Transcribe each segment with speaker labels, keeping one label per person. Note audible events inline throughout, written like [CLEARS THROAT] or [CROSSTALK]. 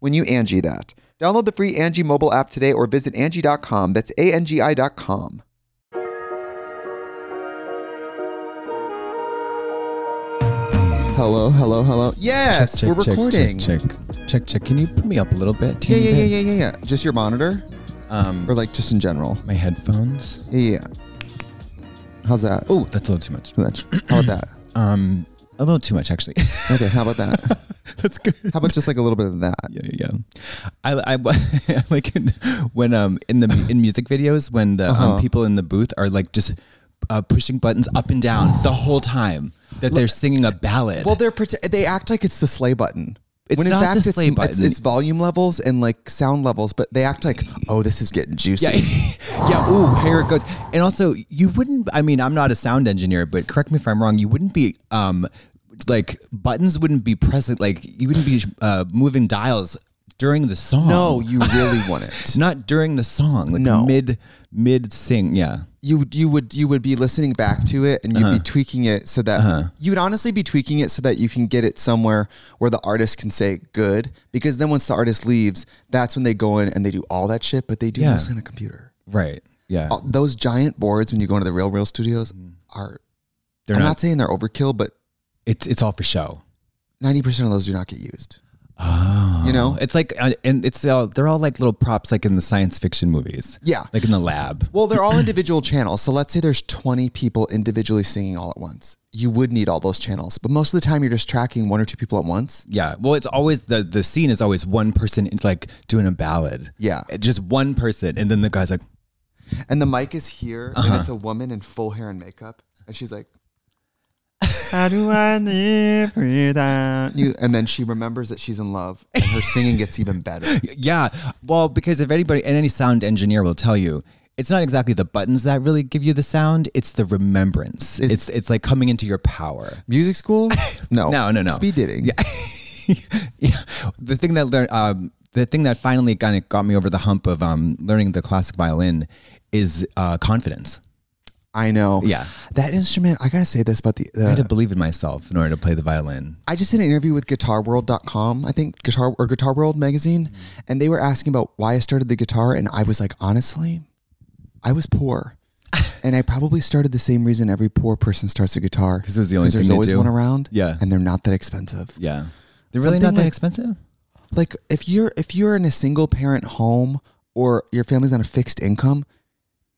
Speaker 1: when you Angie that. Download the free Angie mobile app today or visit Angie.com. That's A-N-G-I dot com. Hello, hello, hello. Yes,
Speaker 2: check,
Speaker 1: we're
Speaker 2: check,
Speaker 1: recording.
Speaker 2: Check, check, check, check. Can you put me up a little bit?
Speaker 1: Yeah,
Speaker 2: teeny
Speaker 1: yeah, yeah,
Speaker 2: bit?
Speaker 1: yeah, yeah, yeah. Just your monitor?
Speaker 2: Um,
Speaker 1: Or like just in general?
Speaker 2: my headphones.
Speaker 1: Yeah, yeah. yeah. How's that?
Speaker 2: Oh, that's a little too much.
Speaker 1: Too much. How about that?
Speaker 2: Um, a little too much actually. [LAUGHS]
Speaker 1: Okay, how about [LAUGHS] that?
Speaker 2: that's good.
Speaker 1: How about just like a little bit of that?
Speaker 2: Yeah, yeah. I, [LAUGHS] I, I like in, when um in the in music videos when the
Speaker 1: Uh-huh.
Speaker 2: um, people in the booth are like just uh, pushing buttons up and down the whole time that they're singing a ballad.
Speaker 1: Well, they're prete- they act like it's the sleigh button.
Speaker 2: It's
Speaker 1: when in
Speaker 2: not
Speaker 1: fact,
Speaker 2: the
Speaker 1: it's-
Speaker 2: sleigh
Speaker 1: it's, It's,
Speaker 2: button.
Speaker 1: volume levels and like sound levels, but they act like, oh, this is getting juicy.
Speaker 2: Yeah, [LAUGHS] yeah. Ooh, here it goes. And also, you wouldn't. I mean, I'm not a sound engineer, but correct me if I'm wrong. You wouldn't be um, like buttons wouldn't be present. Like you wouldn't be uh, moving dials during the song.
Speaker 1: No, [LAUGHS] you really want it.
Speaker 2: not during the song. Like
Speaker 1: No.
Speaker 2: mid mid sing. Yeah.
Speaker 1: You you would you would be listening back to it and you'd
Speaker 2: Uh-huh.
Speaker 1: be tweaking it so that you would honestly be tweaking it so that you can get it somewhere where the artist can say good because then once the artist leaves, that's when they go in and they do all that shit, but they do
Speaker 2: Yeah.
Speaker 1: this on a computer.
Speaker 2: Right. Yeah.
Speaker 1: Uh, Those giant boards when you go into the Real Real Studios are.
Speaker 2: Mm. They're
Speaker 1: I'm
Speaker 2: not,
Speaker 1: not saying they're overkill, but
Speaker 2: It's it's all for show.
Speaker 1: ninety percent of those do not get used.
Speaker 2: Oh.
Speaker 1: You know?
Speaker 2: It's like uh, and it's all they're all like little props, like in the science fiction movies.
Speaker 1: Yeah.
Speaker 2: Like in the lab.
Speaker 1: Well, they're all individual channels. So let's say there's 20 people individually singing all at once. You would need all those channels, but most of the time you're just tracking one or two people at once.
Speaker 2: Yeah. Well, it's always the the scene is always one person it's like doing a ballad.
Speaker 1: Yeah.
Speaker 2: Just one person, and then the guy's like,
Speaker 1: And the mic is here, and it's a woman in full hair and makeup, and she's like,
Speaker 3: How do I live without
Speaker 1: you, and then she remembers that she's in love, and her singing gets even better.
Speaker 2: "Yeah." Well, because if anybody and any sound engineer will tell you. It's not exactly the buttons that really give you the sound. It's the remembrance. It's it's, like coming into your power. [LAUGHS]
Speaker 1: Music school? No,
Speaker 2: No, no, no.
Speaker 1: Speed dating. Yeah.
Speaker 2: yeah. The thing that learned, um, the thing that finally kind of got me over the hump of um, learning the classic violin is uh, confidence.
Speaker 1: I know.
Speaker 2: Yeah.
Speaker 1: that instrument. I gotta say this about the.
Speaker 2: I had to
Speaker 1: the
Speaker 2: believe in myself in order to play the violin.
Speaker 1: I just did an interview with GuitarWorld.com, I think Guitar or Guitar World
Speaker 2: Mm.
Speaker 1: magazine, and they were asking about why I started the guitar, and I was like, honestly, I was
Speaker 2: [LAUGHS]
Speaker 1: poor, and I probably started the same reason every poor person starts a guitar
Speaker 2: 'Cause it was the only
Speaker 1: there's
Speaker 2: thing to
Speaker 1: always
Speaker 2: do.
Speaker 1: one around,
Speaker 2: Yeah.
Speaker 1: and they're not that expensive.
Speaker 2: Yeah, they're really
Speaker 1: Something
Speaker 2: not that
Speaker 1: like-
Speaker 2: expensive.
Speaker 1: Like if you're if you're in a single parent home or your family's on a fixed income,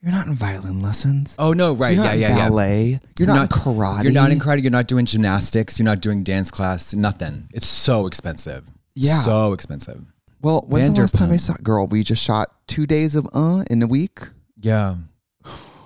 Speaker 1: you're not in violin lessons.
Speaker 2: Oh no, right?
Speaker 1: you're
Speaker 2: yeah,
Speaker 1: not
Speaker 2: yeah,
Speaker 1: in
Speaker 2: yeah.
Speaker 1: ballet. You're, not, in karate.
Speaker 2: You're not in karate. You're not doing gymnastics. You're not doing dance class. Nothing. It's so expensive.
Speaker 1: Yeah.
Speaker 2: so expensive.
Speaker 1: Well, when's the last time I
Speaker 2: Vanderpump.
Speaker 1: saw? Girl, we just shot two days of uh in a week.
Speaker 2: Yeah,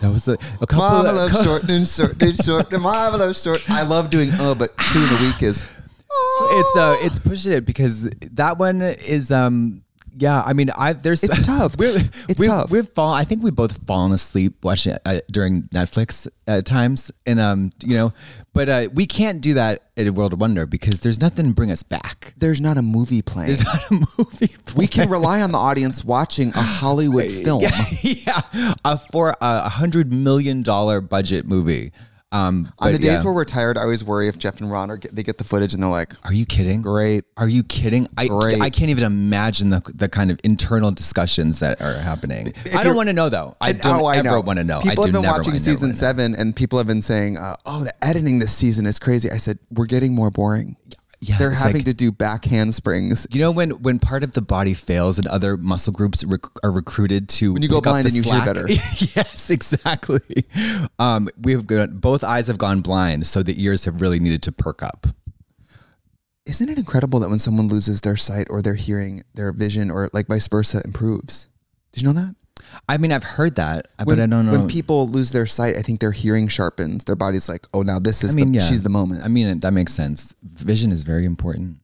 Speaker 2: that was a, a couple.
Speaker 1: Mom, I
Speaker 2: of, [LAUGHS]
Speaker 1: love
Speaker 2: cou-
Speaker 1: short and short and short. and Mom, I love short. I love doing uh, but
Speaker 2: [LAUGHS]
Speaker 1: two in a week is
Speaker 2: It's uh, it's pushing it because that one is um Yeah, I mean, I there's [LAUGHS]
Speaker 1: It's tough.
Speaker 2: We're,
Speaker 1: It's
Speaker 2: we've,
Speaker 1: tough.
Speaker 2: We've fallen. I think we've both fallen asleep watching it, uh, during Netflix at times, and um, you know, but uh, we can't do that at World of Wonder because there's nothing to bring us back. [LAUGHS]
Speaker 1: There's not a movie playing.
Speaker 2: There's not a movie.
Speaker 1: We can rely on the audience watching a Hollywood film.
Speaker 2: [LAUGHS] yeah, uh, for a hundred million dollar budget movie. Um,
Speaker 1: On
Speaker 2: but
Speaker 1: the days
Speaker 2: yeah.
Speaker 1: where we're tired, I always worry if Jeff and Ron are get, they get the footage and they're like,
Speaker 2: are you kidding?
Speaker 1: "Great,
Speaker 2: Are you kidding? I
Speaker 1: Great.
Speaker 2: I can't even imagine the the kind of internal discussions that are happening. I don't
Speaker 1: you're-
Speaker 2: want to know though. I don't
Speaker 1: oh, I
Speaker 2: ever
Speaker 1: know.
Speaker 2: want to know.
Speaker 1: People
Speaker 2: I do
Speaker 1: have been
Speaker 2: never
Speaker 1: watching
Speaker 2: wanna know,
Speaker 1: season
Speaker 2: wanna
Speaker 1: seven,
Speaker 2: know.
Speaker 1: and people have been saying, uh, "Oh, the editing this season is crazy." I said, "We're getting more boring.
Speaker 2: Yeah,
Speaker 1: They're
Speaker 2: it's
Speaker 1: having
Speaker 2: like-
Speaker 1: to do back handsprings.
Speaker 2: You know when when part of the body fails and other muscle groups rec- are recruited to when
Speaker 1: you go blind and you hear better.
Speaker 2: [LAUGHS] yes, exactly. Um, we have gone, both eyes have gone blind, so the ears have really needed to perk up.
Speaker 1: Isn't it incredible that when someone loses their sight or their hearing, their vision, or like vice versa, improves? Did you know that?
Speaker 2: I mean, I've heard that, but I don't know.
Speaker 1: When people lose their sight, I think their hearing sharpens. Their body's like, "Oh, now this is
Speaker 2: I mean,
Speaker 1: the,
Speaker 2: yeah,
Speaker 1: she's the moment."
Speaker 2: I mean, that makes sense. Vision is very important.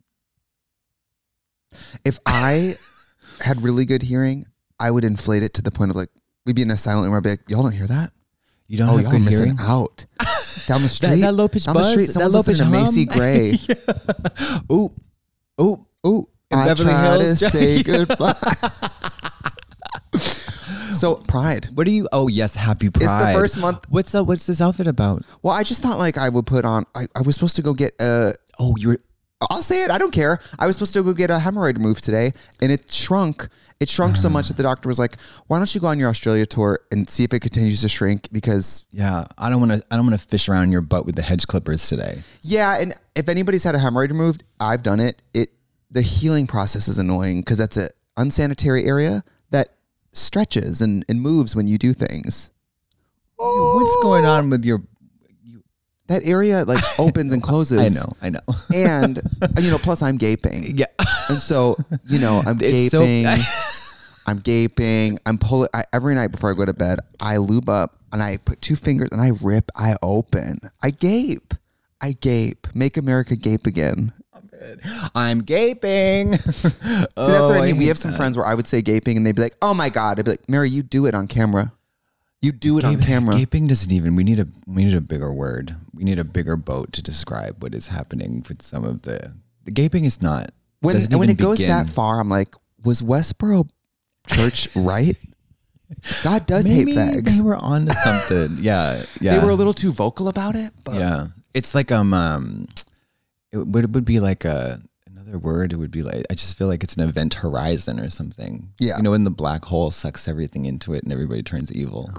Speaker 1: if I had really good hearing, I would inflate it to the point of like we'd be in a silent room. I'd be like, "Y'all don't hear that?
Speaker 2: You don't
Speaker 1: Oh,
Speaker 2: have
Speaker 1: y'all are
Speaker 2: good
Speaker 1: missing
Speaker 2: hearing.
Speaker 1: out."
Speaker 2: [LAUGHS]
Speaker 1: Down the street,
Speaker 2: That, that low pitch
Speaker 1: down the
Speaker 2: buzz.
Speaker 1: street,
Speaker 2: that
Speaker 1: someone's
Speaker 2: low pitch
Speaker 1: listening to Macy
Speaker 2: hum.
Speaker 1: Gray.
Speaker 2: Yeah. Ooh, ooh, ooh. [LAUGHS] In
Speaker 1: I
Speaker 2: Beverly
Speaker 1: try
Speaker 2: Hills. [LAUGHS]
Speaker 1: to say goodbye. so pride.
Speaker 2: What are you? Oh yes, Happy Pride.
Speaker 1: the first month-
Speaker 2: What's up? What's this outfit about?
Speaker 1: Well, I just thought like I would put on. I, I was supposed to go get a.
Speaker 2: Oh, you're.
Speaker 1: I'll say it. I don't care. I was supposed to go get a hemorrhoid removed today, and it shrunk. It shrunk so much that the doctor was like, "Why don't you go on your Australia tour and see if it continues to shrink?" Because
Speaker 2: Yeah, I don't want to. I don't want to fish around your butt with the hedge clippers today.
Speaker 1: Yeah, and if anybody's had a hemorrhoid removed, I've done it. It the healing process is annoying because that's an unsanitary area that stretches and, and moves when you do things.
Speaker 2: What's going on with your?
Speaker 1: That area
Speaker 2: [LAUGHS]
Speaker 1: like opens and closes.
Speaker 2: I know. I know. [LAUGHS]
Speaker 1: And you know, plus I'm gaping.
Speaker 2: yeah. [LAUGHS]
Speaker 1: And so, you know, [LAUGHS] I'm
Speaker 2: It's so-
Speaker 1: gaping. I'm gaping. I'm pulling I, every night before I go to bed, I lube up and I put two fingers and I rip, I open. I gape. I gape. Make America gape again.
Speaker 2: I'm gaping. Oh, See,
Speaker 1: See, that's what Oh, I mean. We have some friends where I would say gaping, and they'd be like, "Oh my god!" I'd be like, "Mary, you do it on camera. You do it on camera."
Speaker 2: Gaping doesn't even. We need a. We need a bigger word. We need a bigger boat to describe what is happening with some of the. The gaping is not.
Speaker 1: When
Speaker 2: doesn't
Speaker 1: and when it
Speaker 2: even
Speaker 1: goes
Speaker 2: begin.
Speaker 1: that far, I'm like, "Was Westboro Church [LAUGHS] right?" God does
Speaker 2: maybe
Speaker 1: hate fags.
Speaker 2: they were
Speaker 1: [LAUGHS]
Speaker 2: onto something. yeah. Yeah.
Speaker 1: They were a little too vocal about it, but
Speaker 2: Yeah, it's like um, um it would it would be like a another word. It would be like I just feel like it's an event horizon or something.
Speaker 1: Yeah.
Speaker 2: you know when the black hole sucks everything into it and everybody turns evil.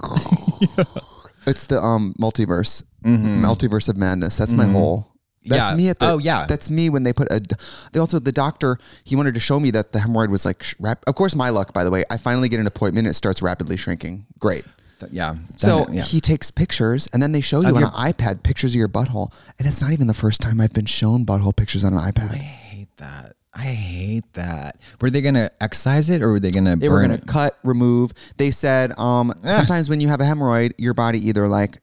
Speaker 1: it's the um multiverse, multiverse of madness. That's my whole. That's
Speaker 2: Mm-hmm. Yeah.
Speaker 1: me at the.
Speaker 2: Oh, yeah.
Speaker 1: That's me when they put a. They also the doctor. He wanted to show me that the hemorrhoid was like. sh- Rap, of course, my luck. By the way, I finally get an appointment. It starts rapidly shrinking. Great.
Speaker 2: Th- yeah. that-
Speaker 1: So
Speaker 2: yeah.
Speaker 1: he takes pictures, and then they show you on
Speaker 2: your-
Speaker 1: an iPad pictures of your butthole, and it's not even the first time I've been shown butthole pictures on an iPad.
Speaker 2: I hate that. I hate that. Were they gonna excise it or were they gonna
Speaker 1: They
Speaker 2: burn
Speaker 1: were gonna
Speaker 2: it? Eh.
Speaker 1: cut, remove. They said um, sometimes when you have a hemorrhoid, your body either like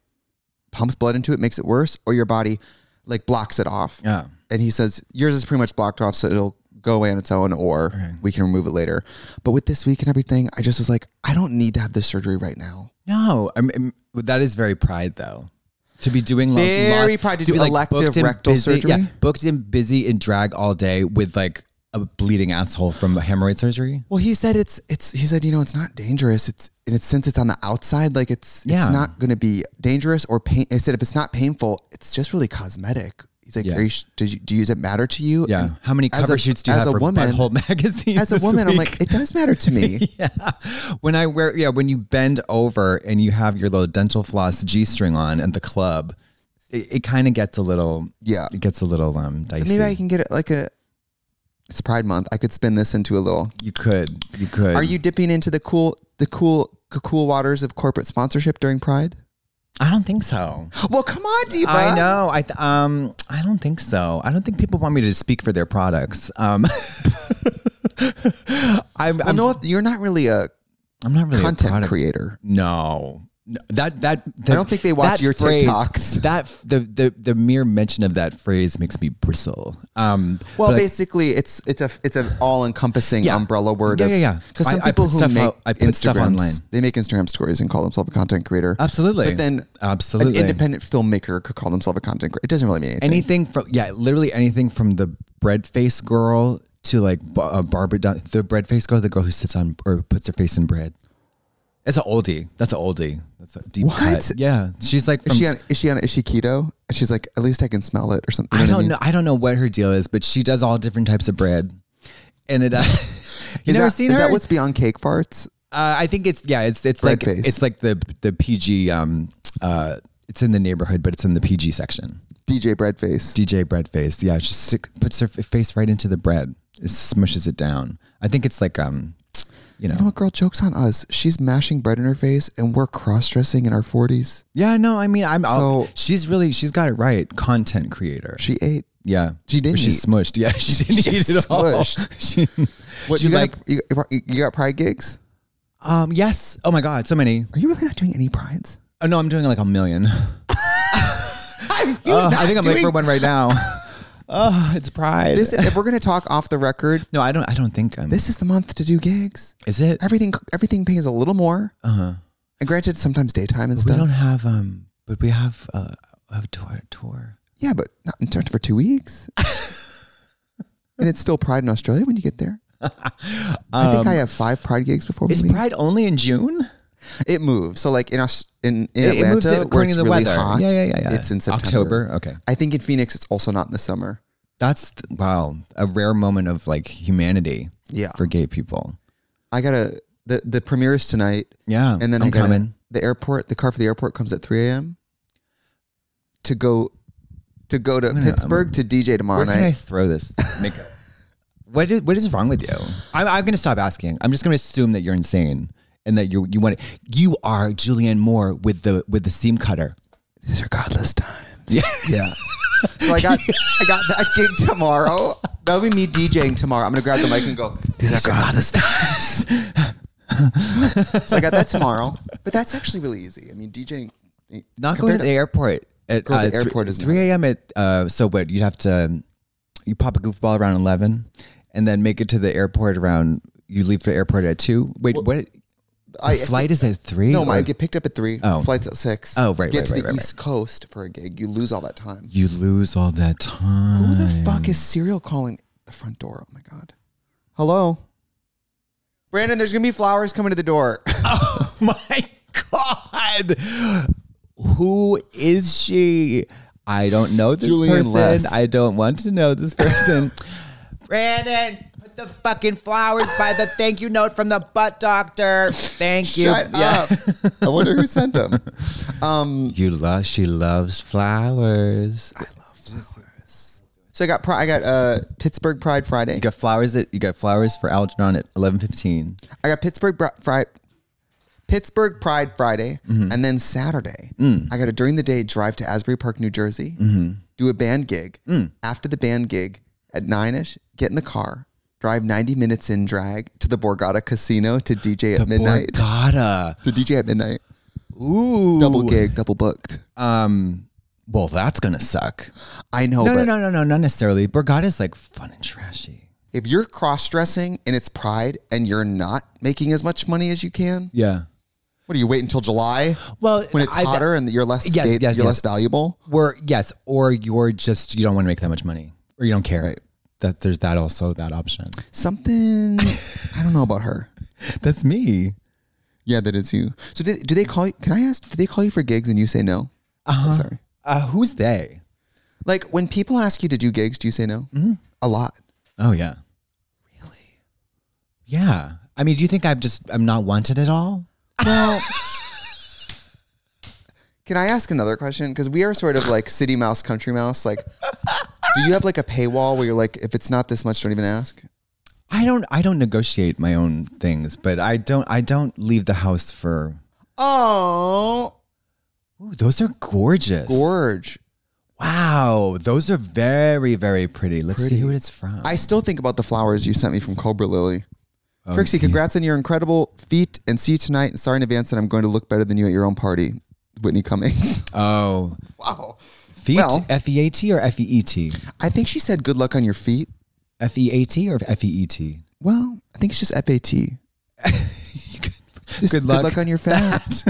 Speaker 1: pumps blood into it, makes it worse, or your body like blocks it off.
Speaker 2: Yeah.
Speaker 1: And he says yours is pretty much blocked off, so it'll go away on its own, or we can remove it later. But with this week and everything, I just was like, I don't need to have this surgery right now.
Speaker 2: No, I mean that is very pride though. To be doing lo-
Speaker 1: Very
Speaker 2: lots-
Speaker 1: pride to
Speaker 2: be,
Speaker 1: do elective
Speaker 2: booked and
Speaker 1: rectal
Speaker 2: busy-
Speaker 1: surgery.
Speaker 2: Yeah, booked and busy in drag all day with like a bleeding asshole from a hemorrhoid surgery.
Speaker 1: Well, he said it's it's he said you know it's not dangerous. It's and it's since it's on the outside, like it's
Speaker 2: Yeah.
Speaker 1: it's not going to be dangerous or pain. I said if it's not painful, it's just really cosmetic. He's like,
Speaker 2: Yeah.
Speaker 1: Are you, sh- did you, do you, does it matter to you? [LAUGHS]
Speaker 2: Yeah.
Speaker 1: And
Speaker 2: How many
Speaker 1: as
Speaker 2: cover
Speaker 1: a-
Speaker 2: shoots do you
Speaker 1: as
Speaker 2: have
Speaker 1: a
Speaker 2: for
Speaker 1: woman-
Speaker 2: Butthole [LAUGHS] Magazine?
Speaker 1: As a
Speaker 2: this
Speaker 1: woman, I'm
Speaker 2: week?
Speaker 1: like, it does matter to [LAUGHS] me.
Speaker 2: [LAUGHS] yeah. When I wear, yeah, when you bend over and you have your little dental floss G string on at the club, it, it kind of gets a little,
Speaker 1: Yeah.
Speaker 2: it gets a little um dicey.
Speaker 1: Maybe I can get it like a. It's Pride Month. I could spin this into a little.
Speaker 2: you could, you could.
Speaker 1: Are you dipping into the cool, the cool, the cool waters of corporate sponsorship during Pride?
Speaker 2: I don't think so.
Speaker 1: Well, come on, Deepa.
Speaker 2: I know. I th- um. I don't think so. I don't think people want me to speak for their products. Um. [LAUGHS] I'm.
Speaker 1: Well,
Speaker 2: I'm,
Speaker 1: no, you're not really a
Speaker 2: I'm not really a
Speaker 1: content
Speaker 2: product-
Speaker 1: creator.
Speaker 2: No, No, that that the,
Speaker 1: don't think they watch
Speaker 2: that
Speaker 1: your
Speaker 2: phrase-
Speaker 1: TikToks.
Speaker 2: That f- the the the mere mention of that phrase makes me bristle. Um,
Speaker 1: Well,
Speaker 2: but I-
Speaker 1: basically, it's it's a it's an all encompassing
Speaker 2: Yeah.
Speaker 1: umbrella word.
Speaker 2: Yeah,
Speaker 1: of,
Speaker 2: yeah, yeah.
Speaker 1: Because some
Speaker 2: I- I
Speaker 1: people
Speaker 2: put
Speaker 1: who
Speaker 2: stuff
Speaker 1: make
Speaker 2: out- I put stuff
Speaker 1: Instagrams-
Speaker 2: online.
Speaker 1: they make Instagram stories and call themselves a content creator.
Speaker 2: Absolutely.
Speaker 1: but then
Speaker 2: Absolutely.
Speaker 1: an independent filmmaker could call themselves a content creator. It doesn't really mean anything.
Speaker 2: anything from yeah, literally anything from the bread face girl to like Ba- uh, Barbara, Dun- the bread face girl, the girl who sits on or puts her face in bread. It's an oldie. That's an oldie. That's a deep
Speaker 1: What?
Speaker 2: cut. Yeah, she's like from.
Speaker 1: is she on, is she on is she keto? And she's like, at least I can smell it or something.
Speaker 2: I
Speaker 1: You what
Speaker 2: don't
Speaker 1: mean?
Speaker 2: know. I don't know what her deal is, but she does all different types of bread,
Speaker 1: [LAUGHS]
Speaker 2: and it. Uh, you
Speaker 1: Is
Speaker 2: never
Speaker 1: that,
Speaker 2: seen
Speaker 1: is
Speaker 2: her?
Speaker 1: that what's beyond cake farts?
Speaker 2: Uh, I think it's yeah, it's it's
Speaker 1: Bread
Speaker 2: like
Speaker 1: face.
Speaker 2: it's like the the PG um uh it's in the neighborhood, but it's in the PG section.
Speaker 1: DJ Breadface.
Speaker 2: DJ bread face, yeah, she stick, puts her f- face right into the bread, it smushes it down. I think it's like um, you
Speaker 1: you know
Speaker 2: know,
Speaker 1: what, girl? Jokes on us. She's mashing bread in her face, and we're cross dressing in our forties.
Speaker 2: yeah, no, I mean, I'm I'll-
Speaker 1: So-
Speaker 2: she's really she's got it right, content creator,
Speaker 1: She ate.
Speaker 2: yeah,
Speaker 1: she didn't
Speaker 2: But she
Speaker 1: eat.
Speaker 2: smushed, yeah, [LAUGHS] she didn't
Speaker 1: She
Speaker 2: eat it all. [LAUGHS] she,
Speaker 1: What
Speaker 2: she
Speaker 1: you
Speaker 2: like?
Speaker 1: got? a- you, you got pride gigs?
Speaker 2: um, yes, oh my god, so many.
Speaker 1: Are you really not doing any prides?
Speaker 2: Oh no, I'm doing like a million. Uh, I think I'm late for one right now. oh, it's
Speaker 1: [LAUGHS]
Speaker 2: pride.
Speaker 1: This, if we're gonna talk off the record,
Speaker 2: No, I don't. I don't think I'm.
Speaker 1: this is the month to do gigs.
Speaker 2: is it.
Speaker 1: Everything everything pays a little more.
Speaker 2: Uh huh.
Speaker 1: And granted, sometimes daytime and
Speaker 2: We don't
Speaker 1: stuff.
Speaker 2: have um, but we have uh, have tour tour.
Speaker 1: Yeah, but not in turn for two
Speaker 2: [LAUGHS]
Speaker 1: weeks. and it's still Pride in Australia when you get
Speaker 2: [LAUGHS]
Speaker 1: there. I think I
Speaker 2: Um,
Speaker 1: have five Pride gigs before we
Speaker 2: Is
Speaker 1: leave.
Speaker 2: Pride only in June?
Speaker 1: it moves. So like in us in, in
Speaker 2: It- it
Speaker 1: Atlanta,
Speaker 2: moves
Speaker 1: where
Speaker 2: according
Speaker 1: it's
Speaker 2: to the
Speaker 1: really
Speaker 2: weather.
Speaker 1: hot.
Speaker 2: Yeah, yeah, yeah, yeah.
Speaker 1: It's in September.
Speaker 2: October, okay.
Speaker 1: I think in Phoenix, it's also not in the summer.
Speaker 2: That's wow, a rare moment of like humanity.
Speaker 1: Yeah.
Speaker 2: for gay people.
Speaker 1: I gotta the the premiere is tonight.
Speaker 2: Yeah,
Speaker 1: and then
Speaker 2: I'm
Speaker 1: I gotta-
Speaker 2: coming.
Speaker 1: The airport, the car for the airport comes at 3 a.m. to go to go to
Speaker 2: gonna-
Speaker 1: Pittsburgh to DJ tomorrow
Speaker 2: Where
Speaker 1: night.
Speaker 2: can I throw this [LAUGHS] makeup? what is what is wrong with you? I'm, I'm gonna stop asking. I'm just gonna assume that you're insane and that you you want you are Julianne Moore with the with the seam cutter.
Speaker 1: These are godless times.
Speaker 2: Yeah.
Speaker 1: Yeah. so I got I got that gig tomorrow. That'll be me DJing tomorrow. I'm gonna grab the mic and go.
Speaker 2: [LAUGHS] These are godless times.
Speaker 1: So I got that tomorrow. But that's actually really easy. I mean, DJing.
Speaker 2: Not going
Speaker 1: compared
Speaker 2: to the airport. At,
Speaker 1: Girl, the
Speaker 2: thr-
Speaker 1: airport is
Speaker 2: three a.m. At uh, so what? You'd have to you pop a goofball around eleven, and then make it to the airport around. You leave for the airport at two. Wait, what?
Speaker 1: I,
Speaker 2: the flight is at three.
Speaker 1: no, my,
Speaker 2: or-
Speaker 1: I get picked up at three.
Speaker 2: Oh.
Speaker 1: Flights at six.
Speaker 2: Oh, right,
Speaker 1: Get
Speaker 2: right,
Speaker 1: to
Speaker 2: right,
Speaker 1: the
Speaker 2: right, right.
Speaker 1: East Coast for a gig. You lose all that time.
Speaker 2: You lose all that time.
Speaker 1: Who the fuck is serial calling the front door? Oh my god. Hello. Brandon, there's gonna be flowers coming to the door.
Speaker 2: Oh [LAUGHS] my god. Who is she? I don't know this
Speaker 1: Julian
Speaker 2: person.
Speaker 1: Less.
Speaker 2: I don't want to know this [LAUGHS] person. Brandon, put the fucking flowers by the thank you note from the butt doctor. Thank
Speaker 1: [LAUGHS]
Speaker 2: you.
Speaker 1: Shut up. I wonder who sent them.
Speaker 2: [LAUGHS]
Speaker 1: Um,
Speaker 2: You love she loves flowers.
Speaker 1: so I got pri- I got uh, Pittsburgh Pride Friday.
Speaker 2: You got flowers at you got flowers for Algernon at eleven fifteen.
Speaker 1: I got Pittsburgh Bri- Friday. Pittsburgh Pride Friday,
Speaker 2: Mm-hmm.
Speaker 1: and then Saturday,
Speaker 2: Mm.
Speaker 1: I got to during the day drive to Asbury Park, New Jersey,
Speaker 2: Mm-hmm.
Speaker 1: do a band gig.
Speaker 2: Mm.
Speaker 1: After the band gig at nine ish, get in the car, drive 90 minutes in drag to the Borgata Casino to DJ at midnight.
Speaker 2: Borgata.
Speaker 1: to DJ at midnight.
Speaker 2: Ooh.
Speaker 1: Double gig, double booked.
Speaker 2: Um well that's gonna suck.
Speaker 1: I know,
Speaker 2: No,
Speaker 1: but
Speaker 2: no, no, no, no, not necessarily. Borgata's like fun and trashy.
Speaker 1: if you're cross dressing and it's Pride and you're not making as much money as you can,
Speaker 2: Yeah.
Speaker 1: what do you wait until July
Speaker 2: Well,
Speaker 1: when it's
Speaker 2: I-
Speaker 1: hotter and you're less
Speaker 2: Yes,
Speaker 1: date-
Speaker 2: yes,
Speaker 1: you're
Speaker 2: yes.
Speaker 1: less valuable?
Speaker 2: Or yes, or you're just you don't want to make that much money, or you don't care.
Speaker 1: Right.
Speaker 2: That there's that also that option.
Speaker 1: [LAUGHS] Something I don't know about her.
Speaker 2: That's me.
Speaker 1: Yeah, that is you. So they, do they call you? Can I ask? Do they call you for gigs and you say no? Uh-huh. Sorry.
Speaker 2: Uh, who's they?
Speaker 1: Like when people ask you to do gigs, do you say no? Mm-hmm. A lot.
Speaker 2: Oh yeah. Really? Yeah. I mean, do you think I'm just I'm not wanted at all?
Speaker 1: Well, can I ask another question? Because we are sort of like city mouse, country mouse. [LAUGHS] Like, do you have like a paywall where you're like, if it's not this much, don't even ask?
Speaker 2: I don't I don't negotiate my own things, but I don't I don't leave the house for.
Speaker 1: Oh,
Speaker 2: Ooh, those are gorgeous.
Speaker 1: gorge.
Speaker 2: wow, those are very very pretty. Let's see who it's from.
Speaker 1: I still think about the flowers you sent me from Cobra Lily. Trixie, congrats on your incredible feat and see you tonight. And sorry in advance that I'm going to look better than you at your own party. Whitney Cummings.
Speaker 2: Oh,
Speaker 1: Wow.
Speaker 2: feet.
Speaker 1: Well-
Speaker 2: F e a t or f e e t.
Speaker 1: I think she said good luck on your feet.
Speaker 2: F e a t or f e e t. [LAUGHS]
Speaker 1: Well, I think it's just FAT. Just
Speaker 2: Good luck.
Speaker 1: Good luck on your
Speaker 2: [LAUGHS]
Speaker 1: fat.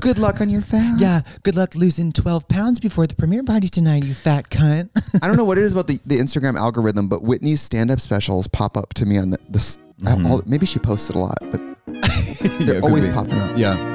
Speaker 1: good luck on your fat.
Speaker 2: Yeah, good luck losing 12 pounds before the premiere party tonight, you fat cunt. [LAUGHS]
Speaker 1: I don't know what it is about the, the Instagram algorithm, but Whitney's stand up specials pop up to me on the, this.
Speaker 2: Mm-hmm.
Speaker 1: all, maybe she posted a lot, but they're always popping up.
Speaker 2: Yeah.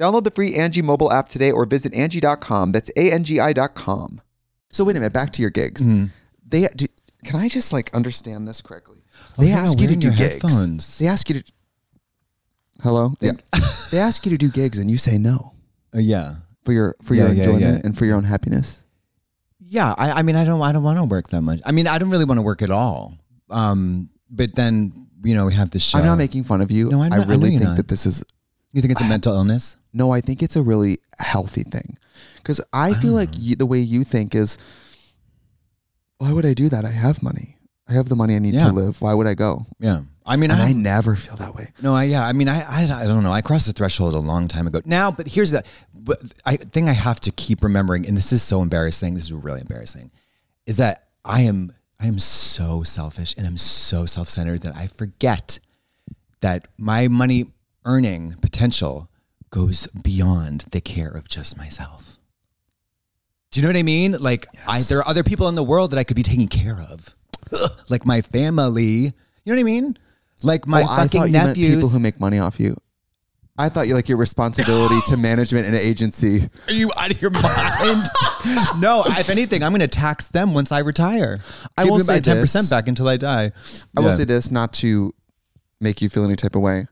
Speaker 1: Download the free Angie mobile app today or visit Angie.com. That's A-N-G-I dot com. So wait a minute, back to your gigs.
Speaker 2: Hmm.
Speaker 1: They do, Can I just like understand this correctly?
Speaker 2: Oh,
Speaker 1: They
Speaker 2: yeah,
Speaker 1: ask you to
Speaker 2: wearing
Speaker 1: do
Speaker 2: your
Speaker 1: gigs.
Speaker 2: headphones.
Speaker 1: They ask you to... Hello? They,
Speaker 2: [LAUGHS]
Speaker 1: they ask you to do gigs and you say no
Speaker 2: Uh, yeah.
Speaker 1: for your for
Speaker 2: Yeah,
Speaker 1: your
Speaker 2: yeah,
Speaker 1: enjoyment
Speaker 2: yeah.
Speaker 1: and for your own happiness.
Speaker 2: Yeah, I, I mean, I don't, I don't want to work that much. I mean, I don't really want to work at all. Um, but then, you know, we have the show.
Speaker 1: I'm not making fun of you.
Speaker 2: No, I'm
Speaker 1: I
Speaker 2: not- I know
Speaker 1: really
Speaker 2: you're
Speaker 1: think
Speaker 2: not.
Speaker 1: that this is
Speaker 2: You think it's a mental illness?
Speaker 1: no. I think it's a really healthy thing because I,
Speaker 2: Oh.
Speaker 1: feel like you, the way you think is, why would I do that? I have money. I have the money I need
Speaker 2: Yeah.
Speaker 1: to live. Why would I go?
Speaker 2: Yeah. I mean,
Speaker 1: And
Speaker 2: I,
Speaker 1: I never feel that way.
Speaker 2: No, I, yeah, I mean, I, I, I don't know. I crossed the threshold a long time ago. Now, but here's the but I thing I have to keep remembering, and this is so embarrassing. This is really embarrassing, is that I am I am so selfish and I'm so self centered that I forget that my money earning potential goes beyond the care of just myself. Do you know what I mean? Like, I, there are other people in the world that I could be taking care of, like my family. You know what I mean? Like my
Speaker 1: Oh, I
Speaker 2: fucking
Speaker 1: thought you meant
Speaker 2: nephews.
Speaker 1: people who make money off you. I thought you like your responsibility [LAUGHS] to management and agency.
Speaker 2: Are you out of your mind? [LAUGHS] no, if anything, I'm going to tax them once I retire.
Speaker 1: I
Speaker 2: Give
Speaker 1: will
Speaker 2: them my
Speaker 1: say
Speaker 2: 10%
Speaker 1: this.
Speaker 2: back until I die.
Speaker 1: I will
Speaker 2: Yeah.
Speaker 1: say this, not to make you feel any type of way.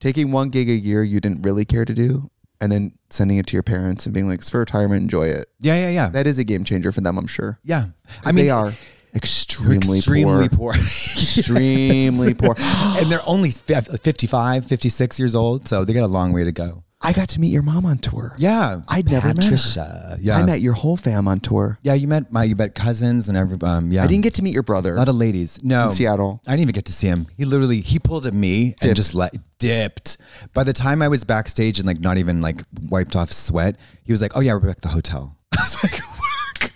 Speaker 1: Taking one gig a year you didn't really care to do, and then sending it to your parents and being like, "It's for retirement, enjoy it."
Speaker 2: Yeah, yeah, yeah.
Speaker 1: That is a game changer for them, I'm sure.
Speaker 2: yeah.
Speaker 1: 'Cause they are extremely,
Speaker 2: extremely
Speaker 1: poor, [LAUGHS]
Speaker 2: poor. [LAUGHS]
Speaker 1: extremely poor.
Speaker 2: and they're only fif- 55, 56 years old. So they got a long way to go.
Speaker 1: I got to meet your mom on tour.
Speaker 2: Yeah.
Speaker 1: I'd never met her.
Speaker 2: Patricia. Yeah.
Speaker 1: I met your whole fam on tour.
Speaker 2: yeah, you met my, you met cousins and every, um, yeah.
Speaker 1: I didn't get to meet your brother.
Speaker 2: a lot of ladies. No.
Speaker 1: In Seattle.
Speaker 2: I didn't even get to see him. He literally he pulled at me and just like dipped. By the time I was backstage and like not even like wiped off sweat, he was like, "Oh yeah, we're back at the hotel." [LAUGHS] I was like,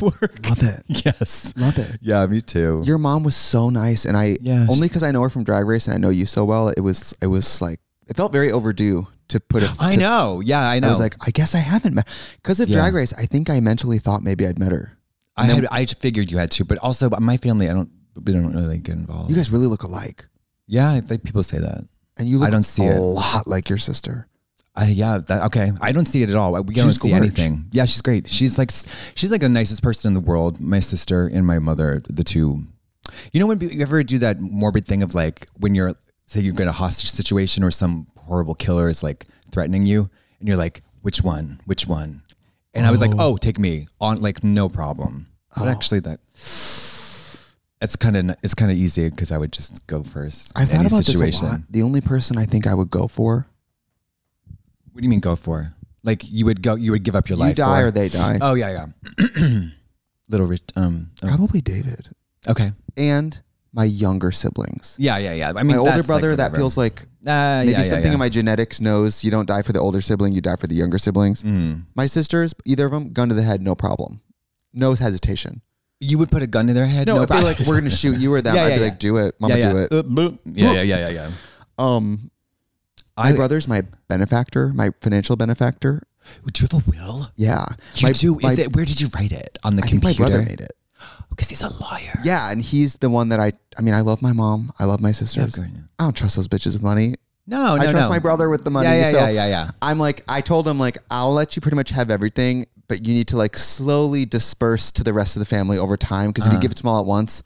Speaker 2: "Work, [LAUGHS] work."
Speaker 1: Love it.
Speaker 2: Yes,
Speaker 1: Love it.
Speaker 2: Yeah, me too.
Speaker 1: Your mom was so nice, and I
Speaker 2: Yes.
Speaker 1: only because I know her from Drag Race and I know you so well. It was it was like it felt very overdue to put it.
Speaker 2: I
Speaker 1: to-
Speaker 2: know. Yeah, I know.
Speaker 1: I was like, I guess I haven't met because of
Speaker 2: Yeah.
Speaker 1: Drag Race. I think I mentally thought maybe I'd met her.
Speaker 2: I had, I figured you had to, but also my family, I don't, we don't really get involved.
Speaker 1: You guys really look alike,
Speaker 2: yeah, I think people say that.
Speaker 1: and you
Speaker 2: I
Speaker 1: look
Speaker 2: don't see
Speaker 1: a
Speaker 2: it.
Speaker 1: lot like your sister.
Speaker 2: Uh, yeah. That, okay. I don't see it at all. We don't
Speaker 1: She's
Speaker 2: see
Speaker 1: gorge.
Speaker 2: anything. Yeah, she's great. She's like s- she's like the nicest person in the world. My sister and my mother, the two. You know when you ever do that morbid thing of like when you're say you're in a hostage situation or some horrible killer is like threatening you and you're like which one which one "Oh,
Speaker 1: Oh.
Speaker 2: and I was like oh take me on like no problem but actually that It's kind of it's kind of easy because I would just go first.
Speaker 1: I've thought
Speaker 2: Any
Speaker 1: about this a lot. The only person I think I would go for,
Speaker 2: What do you mean go for? Like you would go, you would give up your
Speaker 1: you
Speaker 2: life.
Speaker 1: die
Speaker 2: for-
Speaker 1: or they die.
Speaker 2: Oh yeah, yeah. [CLEARS THROAT] Little rich. Um. oh,
Speaker 1: Probably David
Speaker 2: okay.
Speaker 1: and my younger siblings.
Speaker 2: Yeah, yeah, yeah. I
Speaker 1: my
Speaker 2: mean,
Speaker 1: older
Speaker 2: that's, like,
Speaker 1: brother, that
Speaker 2: whatever.
Speaker 1: feels like
Speaker 2: Uh,
Speaker 1: maybe
Speaker 2: yeah, yeah,
Speaker 1: something
Speaker 2: yeah.
Speaker 1: in my genetics knows you don't die for the older sibling, you die for the younger siblings.
Speaker 2: Mm.
Speaker 1: My sisters, either of them, gun to the head, no problem. No hesitation.
Speaker 2: You would put a gun to their head.
Speaker 1: No,
Speaker 2: No,
Speaker 1: if they're like, [LAUGHS] we're
Speaker 2: [LAUGHS]
Speaker 1: gonna shoot you or them,
Speaker 2: Yeah,
Speaker 1: I'd
Speaker 2: yeah,
Speaker 1: be
Speaker 2: yeah.
Speaker 1: like, do it, mama,
Speaker 2: yeah, yeah.
Speaker 1: do it. [LAUGHS]
Speaker 2: Uh, boop. yeah, yeah, yeah, yeah, yeah.
Speaker 1: Um, my
Speaker 2: I-
Speaker 1: brother's my benefactor, my financial benefactor.
Speaker 2: Do you have a will?
Speaker 1: Yeah,
Speaker 2: You
Speaker 1: my,
Speaker 2: do.
Speaker 1: my-
Speaker 2: Is it? Where did you write it on the
Speaker 1: I think my
Speaker 2: computer?
Speaker 1: brother made it.
Speaker 2: Because he's a lawyer.
Speaker 1: Yeah, and he's the one that I. I mean, I love my mom. I love my
Speaker 2: Yeah, of
Speaker 1: sisters.
Speaker 2: course, yeah.
Speaker 1: I don't trust those bitches with money.
Speaker 2: No, no,
Speaker 1: I trust
Speaker 2: no.
Speaker 1: my brother with the money.
Speaker 2: Yeah, yeah,
Speaker 1: so
Speaker 2: yeah, yeah, yeah.
Speaker 1: I'm like, I told him like, I'll let you pretty much have everything, but you need to like slowly disperse to the rest of the family over time because if
Speaker 2: Uh-huh.
Speaker 1: you give it to them all at once,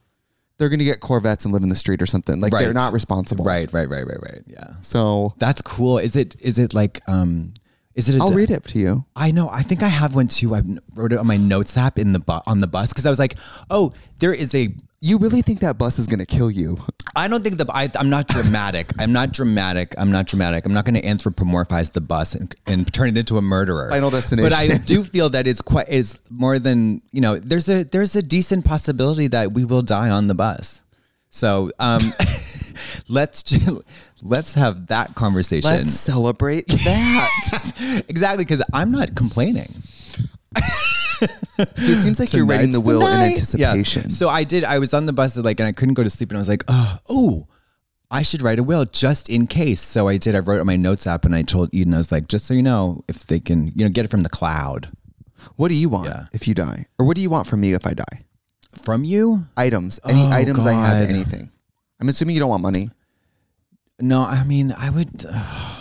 Speaker 1: they're gonna get Corvettes and live in the street or something. Like they're
Speaker 2: Right.
Speaker 1: not responsible.
Speaker 2: Right, right, right, right, right. Yeah.
Speaker 1: So
Speaker 2: That's cool. Is it? Is it like? Um. Is it? A
Speaker 1: I'll read it to you.
Speaker 2: I know. I think I have one too. I wrote it on my notes app in the bu- on the bus because I was like, oh, there is a
Speaker 1: You really think that bus is gonna kill you?
Speaker 2: I don't think the I, I'm not dramatic. I'm not dramatic. I'm not dramatic. I'm not going to anthropomorphize the bus and, and turn it into a murderer.
Speaker 1: Final destination.
Speaker 2: But I do feel that it's quite is more than you know. There's a there's a decent possibility that we will die on the bus. So um, [LAUGHS] let's ju- let's have that conversation.
Speaker 1: Let's celebrate that.
Speaker 2: [LAUGHS] exactly because I'm not complaining.
Speaker 1: Dude, it seems like you're writing
Speaker 2: Tonight's
Speaker 1: the will in
Speaker 2: night.
Speaker 1: anticipation.
Speaker 2: Yeah. So I did. I was on the bus, like, and I couldn't go to sleep, and I was like, oh, oh, I should write a will just in case. So I did. I wrote it on my notes app, and I told Eden, I was like, just so you know, if they can, you know, get it from the cloud
Speaker 1: what do you want
Speaker 2: Yeah.
Speaker 1: if you die, or what do you want from me if I die?
Speaker 2: from you.
Speaker 1: Items, any
Speaker 2: Oh,
Speaker 1: items I have,
Speaker 2: God.
Speaker 1: anything. I'm assuming you don't want money.
Speaker 2: No, I mean, I would. Uh,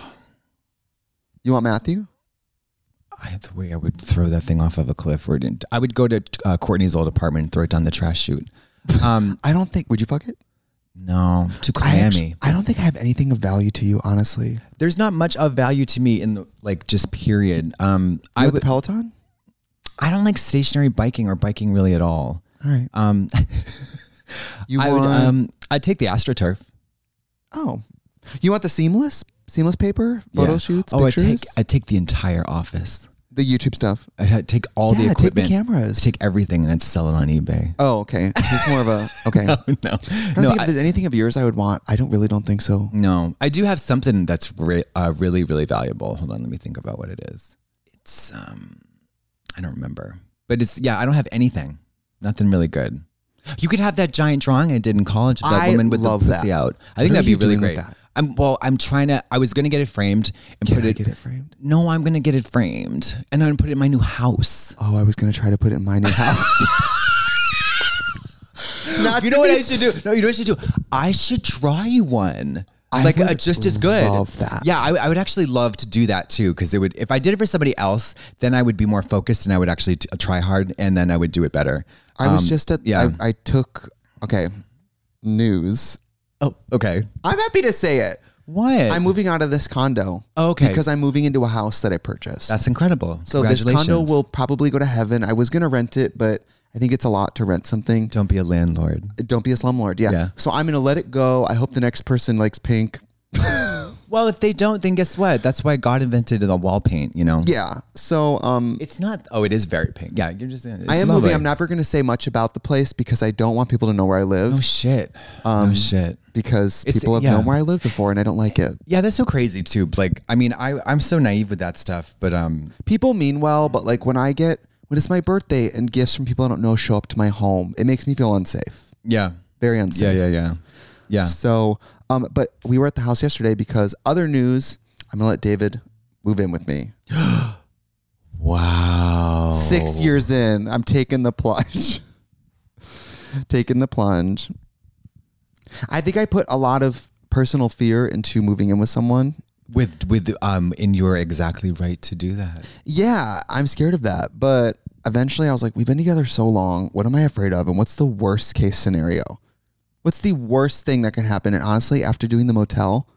Speaker 1: You want Matthew?
Speaker 2: I, the way I would throw that thing off of a cliff, or didn't- I would go to uh, Courtney's old apartment and throw it down the trash chute. Um,
Speaker 1: I don't think. Would you fuck it?
Speaker 2: no, too
Speaker 1: I,
Speaker 2: clammy.
Speaker 1: actu- I don't think I have anything of value to you, honestly. You
Speaker 2: There's not much of value to me in the like just period. Um, I
Speaker 1: I
Speaker 2: would.
Speaker 1: the Peloton.
Speaker 2: I don't like stationary biking or biking really at all.
Speaker 1: All right. [LAUGHS]
Speaker 2: Um,
Speaker 1: You
Speaker 2: I
Speaker 1: want?
Speaker 2: would um, I'd take the astroturf.
Speaker 1: oh, you want the seamless, seamless paper, photo
Speaker 2: Yeah.
Speaker 1: shoots,
Speaker 2: Oh, I
Speaker 1: pictures,
Speaker 2: take I take the entire office.
Speaker 1: the YouTube stuff.
Speaker 2: I'd ha- take all
Speaker 1: yeah,
Speaker 2: the
Speaker 1: take the
Speaker 2: equipment.
Speaker 1: cameras.
Speaker 2: I'd take everything and I'd sell it on eBay. [LAUGHS]
Speaker 1: oh, okay. It's more of a okay. I
Speaker 2: Oh no,
Speaker 1: don't
Speaker 2: no,
Speaker 1: think if
Speaker 2: I, Mm,
Speaker 1: there's anything of yours I would want. I don't really don't think so.
Speaker 2: no. I do have something that's re- uh, really really valuable. Hold on, let me think about what it is. It's um, I don't remember, but it's yeah. I don't have anything. Nothing really good. You could have that giant drawing I did in college of that
Speaker 1: I
Speaker 2: woman with
Speaker 1: love
Speaker 2: the pussy
Speaker 1: that.
Speaker 2: out. I
Speaker 1: What
Speaker 2: think
Speaker 1: are
Speaker 2: that'd be
Speaker 1: you
Speaker 2: really
Speaker 1: doing with
Speaker 2: great.
Speaker 1: that?
Speaker 2: I'm well. I'm trying to. I was gonna get it framed and
Speaker 1: Can
Speaker 2: put
Speaker 1: I
Speaker 2: it
Speaker 1: get it framed?
Speaker 2: no, I'm gonna get it framed and I'm gonna put it in my new house.
Speaker 1: Oh, I was gonna try to put it in my [LAUGHS] new house. Not
Speaker 2: You
Speaker 1: to
Speaker 2: know what
Speaker 1: be-
Speaker 2: I should do? No, you know what I should do? I should try one.
Speaker 1: I
Speaker 2: like
Speaker 1: would
Speaker 2: uh, just as good.
Speaker 1: love that.
Speaker 2: Yeah, I, I would actually love to do that too because it would. If I did it for somebody else, then I would be more focused and I would actually t- uh, try hard and then I would do it better.
Speaker 1: I was
Speaker 2: Um,
Speaker 1: just at.
Speaker 2: yeah.
Speaker 1: I, I took. Okay. News.
Speaker 2: Oh, okay.
Speaker 1: I'm happy to say it.
Speaker 2: What?
Speaker 1: I'm moving out of this condo.
Speaker 2: Okay.
Speaker 1: Because I'm moving into a house that I purchased.
Speaker 2: That's incredible.
Speaker 1: so this
Speaker 2: Congratulations.
Speaker 1: condo will probably go to heaven. I was gonna rent it, but I think it's a lot to rent something.
Speaker 2: Don't be a landlord.
Speaker 1: Don't be a slumlord. Yeah.
Speaker 2: Yeah.
Speaker 1: So I'm gonna let it go. I hope the next person likes pink.
Speaker 2: Well, if they don't, then guess what? That's why God invented the wall paint. You know.
Speaker 1: Yeah. So um
Speaker 2: It's not. Oh, it is very pink. Yeah, you're just. It's
Speaker 1: I am
Speaker 2: lovely.
Speaker 1: moving. I'm never gonna say much about the place because I don't want people to know where I live.
Speaker 2: Oh shit. oh shit.
Speaker 1: because
Speaker 2: It's-
Speaker 1: people have
Speaker 2: yeah.
Speaker 1: known where I lived before and I don't like it.
Speaker 2: Yeah, that's so crazy too. Like, I mean, I I'm so naive with that stuff, but um,
Speaker 1: People mean well, but like when I get when it's my birthday and gifts from people I don't know show up to my home, it makes me feel unsafe.
Speaker 2: yeah,
Speaker 1: Very unsafe.
Speaker 2: yeah, yeah, yeah, yeah.
Speaker 1: So, um, but we were at the house yesterday because other news. I'm gonna let David move in with me.
Speaker 2: Wow.
Speaker 1: Six years in, I'm taking the plunge. [LAUGHS] taking the plunge. I think I put a lot of personal fear into moving in with someone.
Speaker 2: with with um, and you're exactly right to do that.
Speaker 1: Yeah, I'm scared of that. But eventually I was like, we've been together so long. What am I afraid of? And what's the worst case scenario? What's the worst thing that can happen? And honestly, after doing the motel,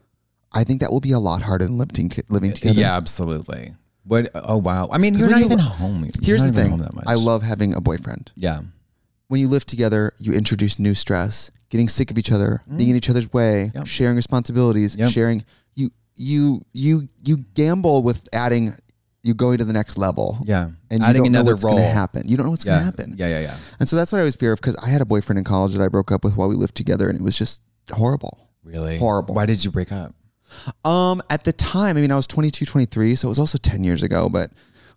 Speaker 1: I think that will be a lot harder than living, living together.
Speaker 2: Yeah, absolutely. What? Oh wow. I mean,
Speaker 1: 'Cause
Speaker 2: you're
Speaker 1: when
Speaker 2: not
Speaker 1: you-
Speaker 2: even home. You're
Speaker 1: Here's
Speaker 2: not
Speaker 1: the
Speaker 2: even
Speaker 1: thing
Speaker 2: Home that much.
Speaker 1: I love having a boyfriend.
Speaker 2: Yeah.
Speaker 1: When you live together, you introduce new stress, getting sick of each other, being in each other's way,
Speaker 2: Mm. Yep.
Speaker 1: sharing responsibilities,
Speaker 2: Yep.
Speaker 1: sharing you you you you gamble with adding you going to the next level.
Speaker 2: Yeah.
Speaker 1: And
Speaker 2: Adding
Speaker 1: you don't know
Speaker 2: another
Speaker 1: what's going to
Speaker 2: role.
Speaker 1: happen. You don't know what's
Speaker 2: yeah.
Speaker 1: going to happen.
Speaker 2: Yeah, yeah, yeah.
Speaker 1: And so that's what I always fear of because I had a boyfriend in college that I broke up with while we lived together, and it was just horrible.
Speaker 2: Really
Speaker 1: Horrible.
Speaker 2: Why did you break up?
Speaker 1: Um, at the time, I mean, I was 22, 23, so it was also 10 years ago, but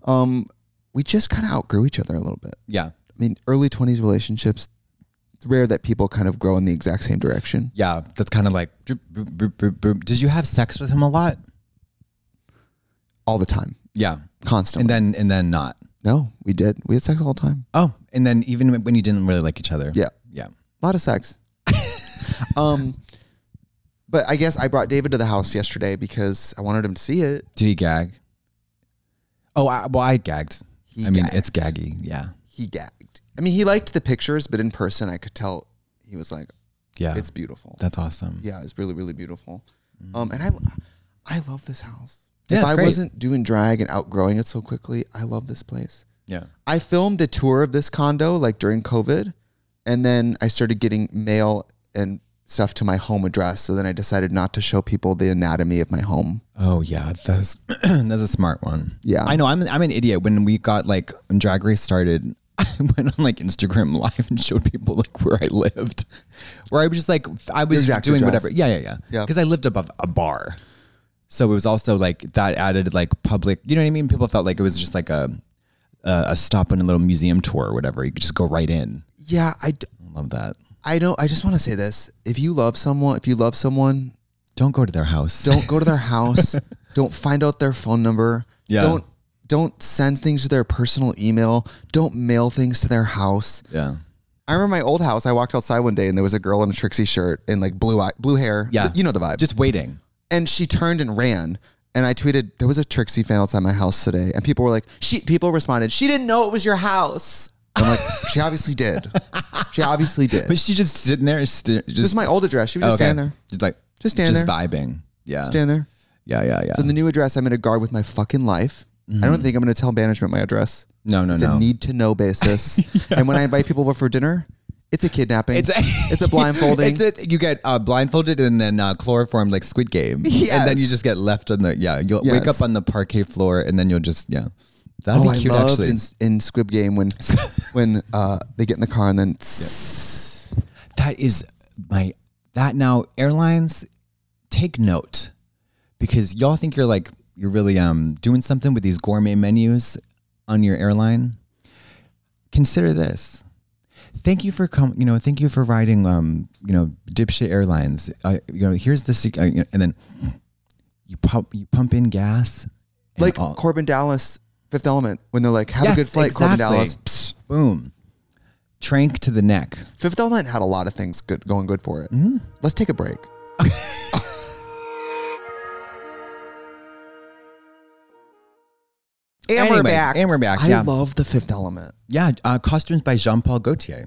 Speaker 1: um, we just kind of outgrew each other a little bit.
Speaker 2: Yeah,
Speaker 1: I mean, early 20s relationships, it's rare that people kind of grow in the exact same direction.
Speaker 2: yeah. That's kind of like. droop, droop, droop, droop, droop. Did you have sex with him a lot?
Speaker 1: All the time,
Speaker 2: Yeah,
Speaker 1: constantly.
Speaker 2: and then and then not.
Speaker 1: no, we did. We had sex all the time.
Speaker 2: Oh, and then even when you didn't really like each other.
Speaker 1: Yeah.
Speaker 2: yeah.
Speaker 1: A lot of
Speaker 2: [LAUGHS]
Speaker 1: sex. um, but I guess I brought David to the house yesterday because I wanted him to see it.
Speaker 2: Did he gag? Oh, I, well, I gagged.
Speaker 1: He
Speaker 2: I mean,
Speaker 1: gagged.
Speaker 2: it's gaggy. Yeah,
Speaker 1: He gagged. I mean, he liked the pictures, but in person, I could tell he was like,
Speaker 2: yeah.
Speaker 1: it's beautiful.
Speaker 2: that's awesome.
Speaker 1: yeah, it's really really beautiful. Um, and I, I love this house.
Speaker 2: Yeah,
Speaker 1: if
Speaker 2: it's
Speaker 1: I
Speaker 2: great.
Speaker 1: wasn't doing drag and outgrowing it so quickly, I love this place.
Speaker 2: Yeah.
Speaker 1: I filmed a tour of this condo like during COVID, and then I started getting mail and stuff to my home address. So then I decided not to show people the anatomy of my home.
Speaker 2: Oh yeah, that's [CLEARS THROAT] that's a smart one.
Speaker 1: Yeah.
Speaker 2: I know. I'm I'm an idiot. When we got like when Drag Race started, [LAUGHS] I went on like Instagram Live and showed people like where I lived, where I was just like I was
Speaker 1: Your exact
Speaker 2: doing
Speaker 1: address.
Speaker 2: whatever. Yeah, yeah, yeah.
Speaker 1: Yeah.
Speaker 2: Because I lived above a bar, so it was also like that added like public. You know what I mean? People felt like it was just like a a, a stop in a little museum tour or whatever. You could just go right in.
Speaker 1: Yeah, I, d-
Speaker 2: I love that.
Speaker 1: I know. I just want to say this: if you love someone, if you love someone,
Speaker 2: Don't go to their house.
Speaker 1: don't go to their [LAUGHS] house. don't find out their phone number.
Speaker 2: Yeah.
Speaker 1: Don't don't send things to their personal email. Don't mail things to their house.
Speaker 2: Yeah.
Speaker 1: I remember my old house. I walked outside one day and there was a girl in a Trixie shirt and like blue eye, blue hair.
Speaker 2: Yeah.
Speaker 1: you know the vibe.
Speaker 2: Just waiting.
Speaker 1: and she turned and ran. And I tweeted, "There was a Trixie fan outside my house today." And people were like, "She." People responded, "She didn't know it was your house." I'm like, [LAUGHS] "She obviously did. She obviously did."
Speaker 2: But she just sitting there, st-
Speaker 1: this
Speaker 2: just
Speaker 1: is my old address. She was just
Speaker 2: Okay.
Speaker 1: standing there,
Speaker 2: Just like
Speaker 1: Just stand
Speaker 2: just
Speaker 1: there.
Speaker 2: vibing. Yeah.
Speaker 1: standing there.
Speaker 2: yeah, yeah, yeah.
Speaker 1: So the new address, I'm going to guard with my fucking life. I don't think I'm going to tell management my address.
Speaker 2: no, no,
Speaker 1: It's
Speaker 2: Mm-hmm. no.
Speaker 1: a need to know
Speaker 2: [LAUGHS]
Speaker 1: basis. And when I invite people over for dinner, it's a kidnapping. It's a, blindfolding.
Speaker 2: It's a, you get uh, blindfolded and then uh, chloroformed like Squid Game.
Speaker 1: Yes.
Speaker 2: And then you just get left on the yeah. You'll wake
Speaker 1: Yes.
Speaker 2: up on the parquet floor and then you'll just yeah. That'd
Speaker 1: oh, I
Speaker 2: be cute
Speaker 1: loved
Speaker 2: actually.
Speaker 1: in, in Squib Game when when uh, they get in the car and then tss.
Speaker 2: that is my that now airlines take note because y'all think you're like you're really um doing something with these gourmet menus on your airline consider this thank you for com- you know thank you for riding um you know dipshit airlines uh, you know here's the sec- uh, you know, and then you pump you pump in gas and
Speaker 1: like
Speaker 2: all-
Speaker 1: Corbin Dallas, Fifth Element, when they're like, "Have
Speaker 2: Yes,
Speaker 1: a good flight, Corbin
Speaker 2: exactly.
Speaker 1: Dallas."
Speaker 2: boom trank to the neck
Speaker 1: Fifth Element had a lot of things good going good for it. Let's take a break. [LAUGHS] and we're
Speaker 2: Anyways,
Speaker 1: back.
Speaker 2: and we're back
Speaker 1: I
Speaker 2: yeah
Speaker 1: love the Fifth Element.
Speaker 2: yeah uh, costumes by Jean-Paul Gaultier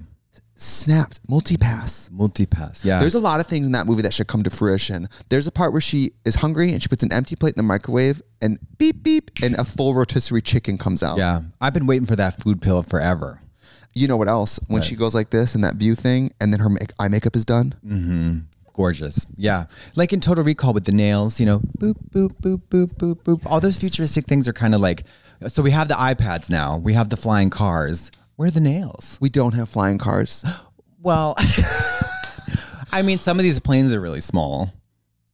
Speaker 1: Snapped, multi-pass.
Speaker 2: Multipass. Yeah.
Speaker 1: There's a lot of things in that movie that should come to fruition. There's a part where she is hungry and she puts an empty plate in the microwave and beep beep and a full rotisserie chicken comes out.
Speaker 2: yeah. I've been waiting for that food pill forever.
Speaker 1: You know what else? When she goes like this and that view thing and then her make- eye makeup is done.
Speaker 2: Gorgeous. Yeah. Like in Total Recall with the nails, you know, boop, boop, boop, boop, boop, boop. All those futuristic things are kind of like, so we have the iPads now, we have the flying cars. Where are the nails?
Speaker 1: We don't have flying cars.
Speaker 2: Well, [LAUGHS] I mean, some of these planes are really small.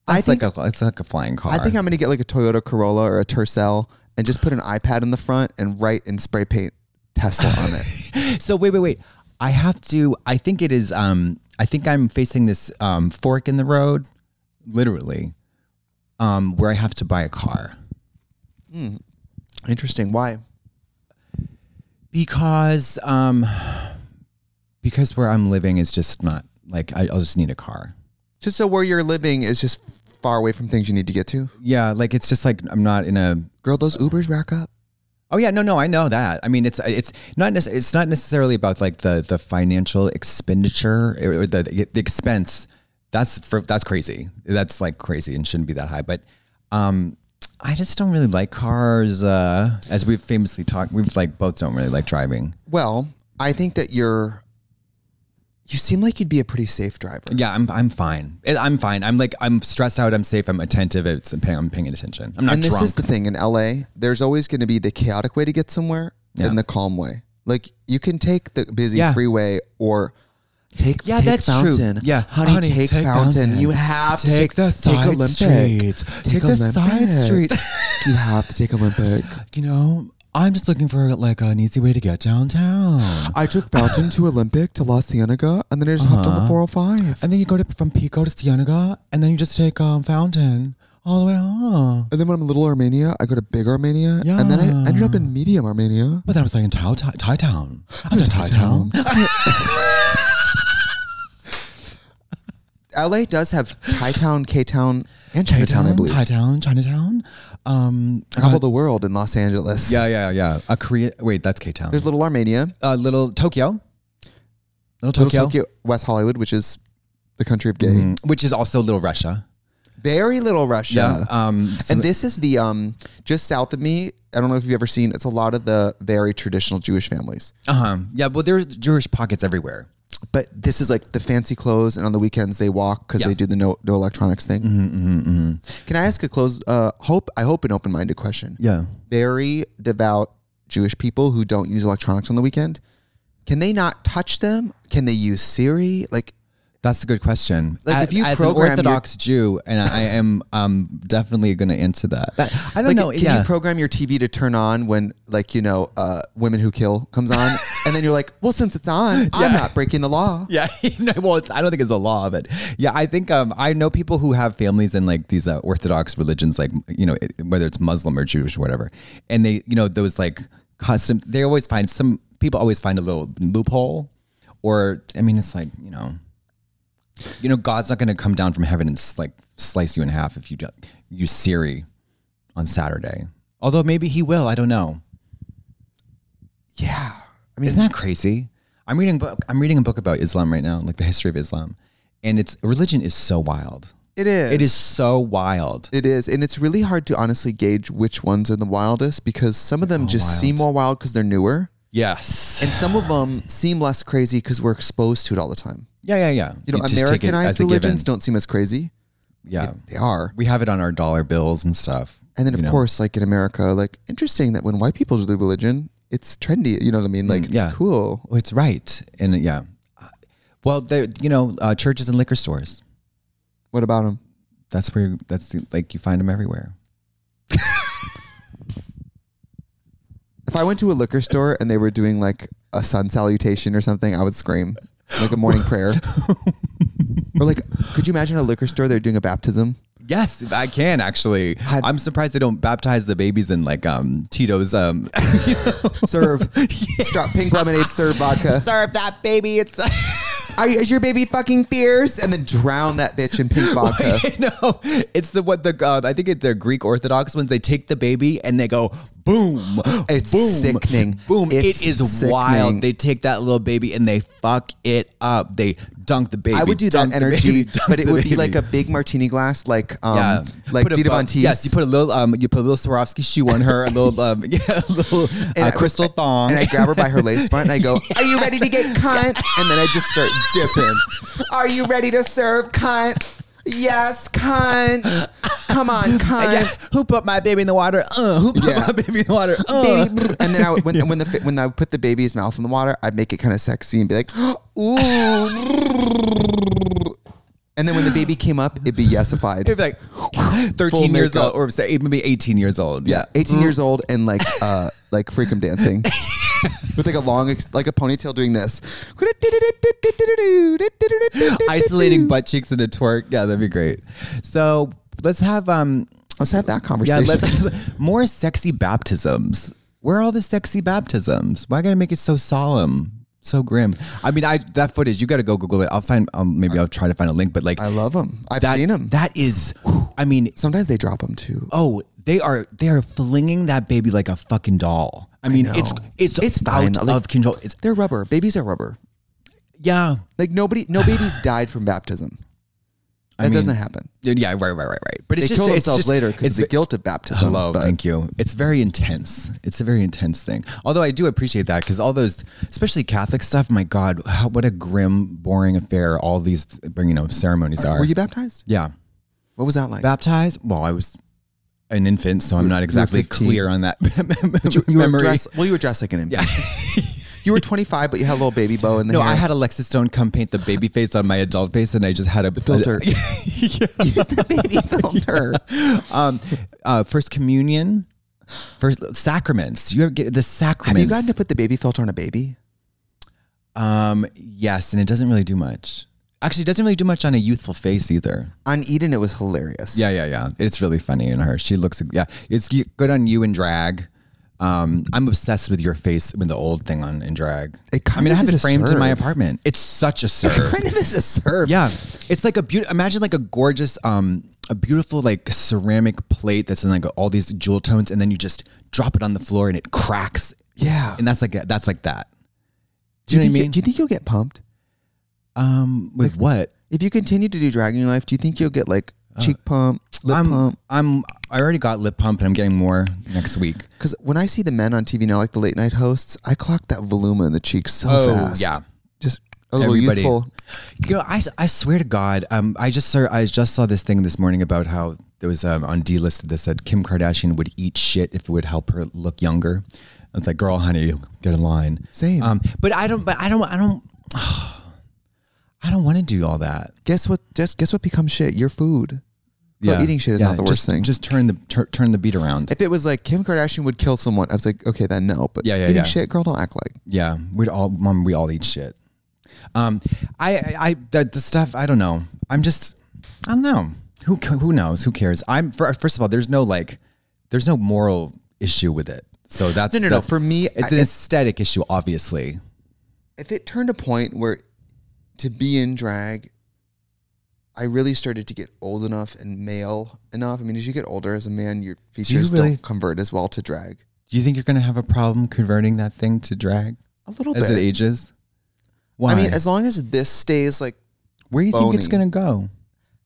Speaker 1: I
Speaker 2: It's
Speaker 1: think
Speaker 2: like a, it's like a flying car.
Speaker 1: I think I'm gonna get like a Toyota Corolla or a Tercel and just put an iPad in the front and write and spray paint Tesla on it.
Speaker 2: So wait, wait, wait. I have to. I think it is. Um, I think I'm facing this um, fork in the road, literally, um, where I have to buy a car
Speaker 1: Interesting. Why?
Speaker 2: because um, because where I'm living is just not like I, I'll just need a car.
Speaker 1: Just so where you're living is just far away from things you need to get to.
Speaker 2: Yeah, like it's just like I'm not in a.
Speaker 1: Girl, those Ubers rack up.
Speaker 2: Oh yeah, no, no, I know that. I mean, it's it's not nece- it's not necessarily about like the the financial expenditure eh, or or the the expense. That's for that's crazy. That's like crazy and shouldn't be that high. But um, I just don't really like cars. Uh, as we've famously talked, we've like both don't really like driving.
Speaker 1: Well, I think that you're You seem like you'd be a pretty safe driver.
Speaker 2: Yeah, I'm I'm fine. I- I'm fine. I'm like I'm stressed out. I'm safe. I'm attentive. It's I'm paying, I'm paying attention. I'm not
Speaker 1: and this
Speaker 2: drunk.
Speaker 1: is the thing in LA, there's always going to be the chaotic way to get somewhere
Speaker 2: Yeah.
Speaker 1: and the calm way. Like you can take the busy
Speaker 2: Yeah.
Speaker 1: freeway or take
Speaker 2: Yeah,
Speaker 1: take
Speaker 2: that's true.
Speaker 1: fountain.
Speaker 2: Yeah.
Speaker 1: honey,
Speaker 2: Honey,
Speaker 1: take,
Speaker 2: take
Speaker 1: fountain.
Speaker 2: Fountain.
Speaker 1: You have to take
Speaker 2: Take the side
Speaker 1: Olympic.
Speaker 2: streets.
Speaker 1: Take,
Speaker 2: Take the
Speaker 1: Olympic.
Speaker 2: side streets.
Speaker 1: [LAUGHS] you have to take Olympic.
Speaker 2: you know, I'm just looking for like an easy way to get downtown.
Speaker 1: I
Speaker 2: [LAUGHS]
Speaker 1: took Fountain to Olympic to La Cienega, and then I just hopped on the
Speaker 2: Uh-huh.
Speaker 1: 405.
Speaker 2: And then you go to from Pico to Cienega, and then you just take um, Fountain all the way on.
Speaker 1: And then when I'm in Little Armenia, I go to Big Armenia, and then I ended up in Medium Armenia.
Speaker 2: But then I was like in Tao- Thai Thai Town. I was in Thai
Speaker 1: [LAUGHS]
Speaker 2: Town.
Speaker 1: LA does have Thai Town, K Town, and
Speaker 2: Thai
Speaker 1: Chinatown, I
Speaker 2: Town,
Speaker 1: believe.
Speaker 2: Thai Town, Chinatown. Um, I
Speaker 1: Travel
Speaker 2: got-
Speaker 1: the world in Los Angeles.
Speaker 2: yeah, yeah, yeah. A Korea. Wait, that's K Town.
Speaker 1: There's Little Armenia,
Speaker 2: uh, little Tokyo.
Speaker 1: Little
Speaker 2: Little Tokyo.
Speaker 1: Tokyo, West Hollywood, which is the country of gay.
Speaker 2: Mm, which is also Little Russia.
Speaker 1: Very little Russia.
Speaker 2: Um,
Speaker 1: And this is the um just south of me. I don't know if you've ever seen. It's a lot of the very traditional Jewish families,
Speaker 2: uh huh. Yeah. Well, there's Jewish pockets everywhere.
Speaker 1: but this is like the fancy clothes, and on the weekends they walk because
Speaker 2: Yeah. Mm-hmm,
Speaker 1: they do the no no electronics thing. Can I ask a close? Uh, hope I hope an open minded question.
Speaker 2: Yeah.
Speaker 1: Very devout Jewish people who don't use electronics on the weekend. Can they not touch them? Can they use Siri? Like
Speaker 2: That's a good question.
Speaker 1: Like,
Speaker 2: as,
Speaker 1: if you
Speaker 2: as an
Speaker 1: program your-
Speaker 2: Orthodox Jew, and I am um, definitely going to answer that. But I don't
Speaker 1: Like,
Speaker 2: know.
Speaker 1: Can
Speaker 2: yeah.
Speaker 1: you program your TV to turn on when, like, you know, uh, Women Who Kill comes
Speaker 2: [LAUGHS]
Speaker 1: on? and then you're like, well, since it's on,
Speaker 2: Yeah.
Speaker 1: I'm not breaking the law.
Speaker 2: [LAUGHS] yeah, no, well, it's, I don't think it's a law, but yeah, I think um, I know people who have families in like these uh, Orthodox religions, like you know, it- whether it's Muslim or Jewish or whatever, and they, you know, those like custom, they always find some people always find a little loophole, or I mean, it's like you know, you know, God's not going to come down from heaven and s- like slice you in half if you do, use Siri on Saturday. Although maybe he will, I don't know.
Speaker 1: Yeah. I mean,
Speaker 2: Isn't that crazy? I'm reading book. I'm reading a book about Islam right now, like the history of Islam, and it's religion is so wild.
Speaker 1: it is.
Speaker 2: It is so wild.
Speaker 1: It is. And it's really hard to honestly gauge which ones are the wildest because some of them just seem more wild because they're newer.
Speaker 2: Yes.
Speaker 1: And some of them seem less crazy because we're exposed to it all the time.
Speaker 2: yeah, yeah, yeah.
Speaker 1: You know,
Speaker 2: just take it
Speaker 1: Americanized
Speaker 2: as a
Speaker 1: religions
Speaker 2: given.
Speaker 1: don't seem as crazy.
Speaker 2: Yeah,
Speaker 1: They are.
Speaker 2: we have it on our dollar bills and stuff.
Speaker 1: And then, of
Speaker 2: you know?
Speaker 1: course, like in America, like, interesting that when white people do religion, it's trendy. You know what I mean? Like, it's
Speaker 2: Mm, yeah.
Speaker 1: cool.
Speaker 2: Oh, it's right. And uh, yeah, Uh, well, there. You know, uh, churches and liquor stores.
Speaker 1: What about them?
Speaker 2: That's where. That's the, like you find them everywhere.
Speaker 1: If I went to a liquor store and they were doing like a sun salutation or something, I would scream like a morning
Speaker 2: [LAUGHS]
Speaker 1: prayer. or like, could you imagine a liquor store? They're doing a baptism.
Speaker 2: Yes, I can actually.
Speaker 1: Had-
Speaker 2: I'm surprised they don't baptize the babies in like um Tito's um [LAUGHS]
Speaker 1: Serve, start pink lemonade, serve vodka.
Speaker 2: serve that baby. It's
Speaker 1: Are you, is your baby fucking fierce? And then drown that bitch in
Speaker 2: [LAUGHS]
Speaker 1: pink vodka.
Speaker 2: no, it's the what the uh, I think it's the Greek Orthodox ones. They take the baby and they go boom,
Speaker 1: It's
Speaker 2: boom,
Speaker 1: sickening.
Speaker 2: boom.
Speaker 1: It's
Speaker 2: it is
Speaker 1: sickening.
Speaker 2: wild. They take that little baby and they fuck it up. They dunk the baby.
Speaker 1: I would do that
Speaker 2: dunk the
Speaker 1: energy,
Speaker 2: baby, dunk
Speaker 1: but it
Speaker 2: the
Speaker 1: would be
Speaker 2: baby.
Speaker 1: like a big martini glass, like um,
Speaker 2: Yeah,
Speaker 1: like
Speaker 2: Put a
Speaker 1: Dita
Speaker 2: bu-
Speaker 1: Von Teese.
Speaker 2: Yes, you put a little um, you put a little Swarovski shoe on her, a little um, [LAUGHS] yeah, a little uh,
Speaker 1: I-
Speaker 2: crystal thong.
Speaker 1: and I grab her by her lace front and I
Speaker 2: [LAUGHS]
Speaker 1: go, "Are you ready to get cunt?" And then I just start
Speaker 2: [LAUGHS]
Speaker 1: dipping. Are you ready to serve cunt? Yes, cunt. Come
Speaker 2: [LAUGHS]
Speaker 1: on,
Speaker 2: yeah,
Speaker 1: cunt.
Speaker 2: who put my baby in the water? Uh, who put
Speaker 1: Yeah.
Speaker 2: my baby in the water?
Speaker 1: [LAUGHS]
Speaker 2: Uh.
Speaker 1: Baby, brr. and then I
Speaker 2: [LAUGHS]
Speaker 1: would, when when the fi- when I would put the baby's mouth in the water, I'd make it kind of sexy and be like, [GASPS] "Ooh." And then when the baby came up, it'd be yesified.
Speaker 2: They'd be like 13
Speaker 1: Full
Speaker 2: years
Speaker 1: makeup.
Speaker 2: old, or say maybe 18 years old.
Speaker 1: Yeah, 18
Speaker 2: Mm.
Speaker 1: years old and like uh like freakum
Speaker 2: [LAUGHS]
Speaker 1: dancing. With like a long ex- like a ponytail doing this.
Speaker 2: Isolating butt cheeks in a twerk. Yeah, that'd be great. So let's have um
Speaker 1: Let's have that
Speaker 2: yeah,
Speaker 1: conversation.
Speaker 2: let's [LAUGHS] more sexy baptisms. Where are all the sexy baptisms? Why gotta make it so solemn? So grim. I mean, I that footage. You got to go Google it. I'll find. Um, maybe I'll try to find a link. But like
Speaker 1: I love them. I've
Speaker 2: that,
Speaker 1: seen them.
Speaker 2: that is. I mean,
Speaker 1: Sometimes they drop them too.
Speaker 2: oh, they are they are flinging that baby like a fucking doll. I mean, it's
Speaker 1: know.
Speaker 2: it's
Speaker 1: It's
Speaker 2: out
Speaker 1: fine. Like-
Speaker 2: of control. It's
Speaker 1: They're rubber. Babies are rubber.
Speaker 2: yeah.
Speaker 1: Like nobody, no babies died from baptism. That doesn't happen.
Speaker 2: Yeah, right, right, right, right. But it's
Speaker 1: they
Speaker 2: just
Speaker 1: kill
Speaker 2: it's
Speaker 1: themselves
Speaker 2: just,
Speaker 1: later because
Speaker 2: it's
Speaker 1: of the guilt of baptism.
Speaker 2: Hello,
Speaker 1: but-
Speaker 2: thank you. It's very intense. It's a very intense thing. Although I do appreciate that because all those, especially Catholic stuff. My God, how, what a grim, boring affair all these you know ceremonies are.
Speaker 1: Were you baptized?
Speaker 2: yeah,
Speaker 1: What was that like?
Speaker 2: baptized. Well, I was an infant, so I'm not exactly
Speaker 1: 15.
Speaker 2: clear on that [LAUGHS]
Speaker 1: you, you were
Speaker 2: memory.
Speaker 1: dressed, well, you were dressed like an infant.
Speaker 2: yeah. [LAUGHS]
Speaker 1: You were 25, but you had a little baby bow in the
Speaker 2: No,
Speaker 1: hair.
Speaker 2: I had Alexis Stone come paint the baby face on my adult face, and I just had
Speaker 1: [LAUGHS]
Speaker 2: a
Speaker 1: filter. Use the baby filter.
Speaker 2: [LAUGHS] um, uh, first communion, first sacraments. You ever get the
Speaker 1: Have
Speaker 2: sacraments?
Speaker 1: you gotten to put the baby filter on a baby?
Speaker 2: Um, yes, and it doesn't really do much. Actually, it doesn't really do much on a youthful face either.
Speaker 1: On Eden, it was hilarious.
Speaker 2: Yeah, yeah, yeah. It's really funny in her. She looks, yeah, it's g- good on you in drag. Um, I'm obsessed with your face with the old thing on in drag.
Speaker 1: It
Speaker 2: I mean,
Speaker 1: kinda
Speaker 2: I have
Speaker 1: is
Speaker 2: it
Speaker 1: a
Speaker 2: framed in my
Speaker 1: serve.
Speaker 2: apartment. It's such
Speaker 1: [LAUGHS]
Speaker 2: a serve.
Speaker 1: [LAUGHS] Kind of is a serve.
Speaker 2: yeah, it's like a beautiful. Imagine like a gorgeous, um, a beautiful like ceramic plate that's in like all these jewel tones, and then you just drop it on the floor and it cracks,
Speaker 1: Yeah.
Speaker 2: and that's like that's like that.
Speaker 1: do you,
Speaker 2: know what I
Speaker 1: think you-
Speaker 2: mean?
Speaker 1: do you think you'll get pumped?
Speaker 2: Um, with what?
Speaker 1: If you continue to do drag in your life, do you think you'll get like cheek pump, lip
Speaker 2: Uh, I'm,
Speaker 1: pump?
Speaker 2: I'm. I already got lip pump, and I'm getting more next week.
Speaker 1: Because when I see the men on TV now, like the late night hosts, I clock that voluma in the cheeks so
Speaker 2: Oh,
Speaker 1: fast.
Speaker 2: yeah.
Speaker 1: Just a little
Speaker 2: Everybody.
Speaker 1: youthful.
Speaker 2: You know, I, I swear to God, um, I just saw I just saw this thing this morning about how there was um, on D listed that said Kim Kardashian would eat shit if it would help her look younger. I was like, girl, honey, get in line.
Speaker 1: Same.
Speaker 2: Um, but I don't. But I don't. I don't. [SIGHS] I don't want to do all that.
Speaker 1: Guess what? Just guess what becomes shit? Your food. Well, eating shit is not the worst
Speaker 2: just,
Speaker 1: thing.
Speaker 2: Just turn the tur- turn the beat around.
Speaker 1: If it was like Kim Kardashian would kill someone, I was like, okay, then no. But
Speaker 2: Yeah, yeah,
Speaker 1: eating
Speaker 2: yeah.
Speaker 1: shit, girl, don't act like.
Speaker 2: Yeah, we'd all, mom, we all eat shit. Um, I, I, I the, the stuff, I don't know. I'm just, I don't know. Who, ca- who knows? Who cares? I'm, fir- first of all, there's no like, there's no moral issue with it. So that's,
Speaker 1: No, no, no.
Speaker 2: that's-
Speaker 1: For me,
Speaker 2: it's
Speaker 1: I-
Speaker 2: an
Speaker 1: if-
Speaker 2: aesthetic issue, obviously.
Speaker 1: If it turned a point where to be in drag, I really started to get old enough and male enough. I mean, as you get older as a man, your features do
Speaker 2: really-
Speaker 1: not convert as well to drag.
Speaker 2: Do you think you're going to have a problem converting that thing to drag
Speaker 1: A little
Speaker 2: as
Speaker 1: bit.
Speaker 2: it ages? Why?
Speaker 1: I mean, as long as this stays like
Speaker 2: where do you think it's
Speaker 1: bony.
Speaker 2: going to go?